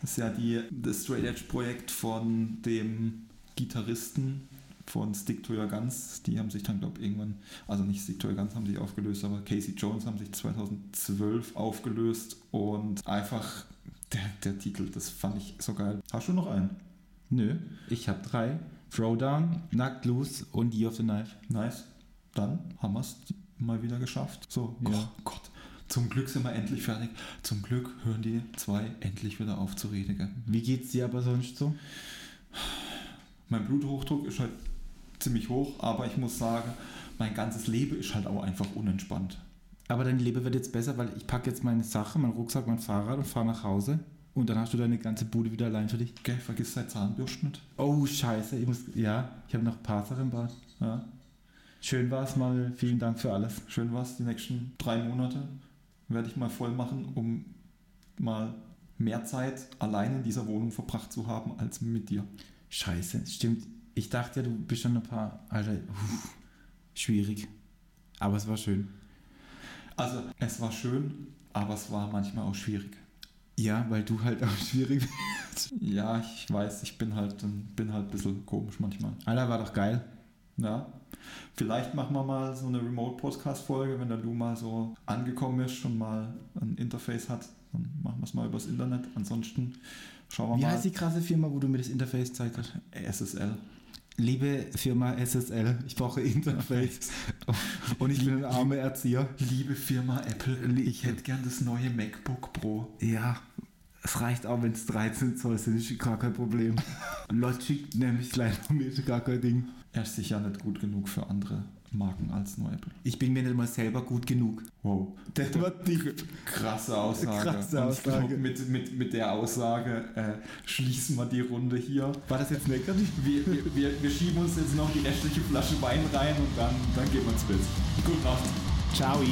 S1: Das ist ja die, das Straight Edge Projekt von dem Gitarristen von Stick to Your Guns. Die haben sich dann, glaube ich, irgendwann, also nicht Stick to Your Guns haben sich aufgelöst, aber Casey Jones haben sich 2012 aufgelöst und einfach der, der Titel, das fand ich so geil. Hast du noch einen?
S2: Nö, ich habe drei. Throwdown, Nackt Loose und Year of the Knife.
S1: Nice. Dann haben wir es mal wieder geschafft. So,
S2: Ja.
S1: oh Gott. Zum Glück sind wir endlich fertig. Zum Glück hören die zwei endlich wieder auf zu reden. Gell?
S2: Wie geht's dir aber sonst so?
S1: Mein Bluthochdruck ist halt ziemlich hoch, aber ich muss sagen, mein ganzes Leben ist halt auch einfach unentspannt.
S2: Aber dein Leben wird jetzt besser, weil ich packe jetzt meine Sache, meinen Rucksack, mein Fahrrad und fahre nach Hause. Und dann hast du deine ganze Bude wieder allein für dich.
S1: Gell, vergiss dein Zahnbürsten nicht.
S2: Oh, scheiße. Ich muss, ja, ich habe noch ein paar Sachen im Bad.
S1: Ja.
S2: Schön war's, Manuel. Vielen Dank für alles.
S1: Schön war's, die nächsten drei Monate werde ich mal voll machen, um mal mehr Zeit allein in dieser Wohnung verbracht zu haben als mit dir.
S2: Scheiße, stimmt. Ich dachte ja, du bist schon ein paar... Alter, uff, schwierig. Aber es war schön.
S1: Also, es war schön, aber es war manchmal auch schwierig.
S2: Ja, weil du halt auch [laughs] schwierig bist.
S1: Ja, ich weiß, ich bin halt, bin halt ein bisschen komisch manchmal.
S2: Alter, war doch geil.
S1: Ja. Vielleicht machen wir mal so eine Remote-Podcast-Folge, wenn der Lou mal so angekommen ist und mal ein Interface hat. Dann machen wir es mal übers Internet. Ansonsten schauen wir
S2: Wie
S1: mal.
S2: heißt die krasse Firma, wo du mir das Interface zeigt hast?
S1: SSL.
S2: Liebe Firma SSL, ich brauche Interface. Und ich bin ein armer Erzieher.
S1: Liebe Firma Apple, ich hätte gern das neue MacBook Pro.
S2: Ja, es reicht auch, wenn es 13 Zoll sind, ist gar kein Problem. Logic nehme ich leider mit, gar kein Ding.
S1: Er ist sicher nicht gut genug für andere Marken als nur Apple.
S2: Ich bin mir nicht mal selber gut genug.
S1: Wow.
S2: Das war die
S1: Krasse Aussage.
S2: Krasse
S1: Und ich glaub,
S2: Aussage.
S1: mit, mit, mit der Aussage äh, schließen wir die Runde hier.
S2: War das jetzt lecker?
S1: Wir, wir, wir, wir schieben uns jetzt noch die restliche Flasche Wein rein und dann, dann gehen wir ins Bett. Gute Nacht.
S2: Ciao.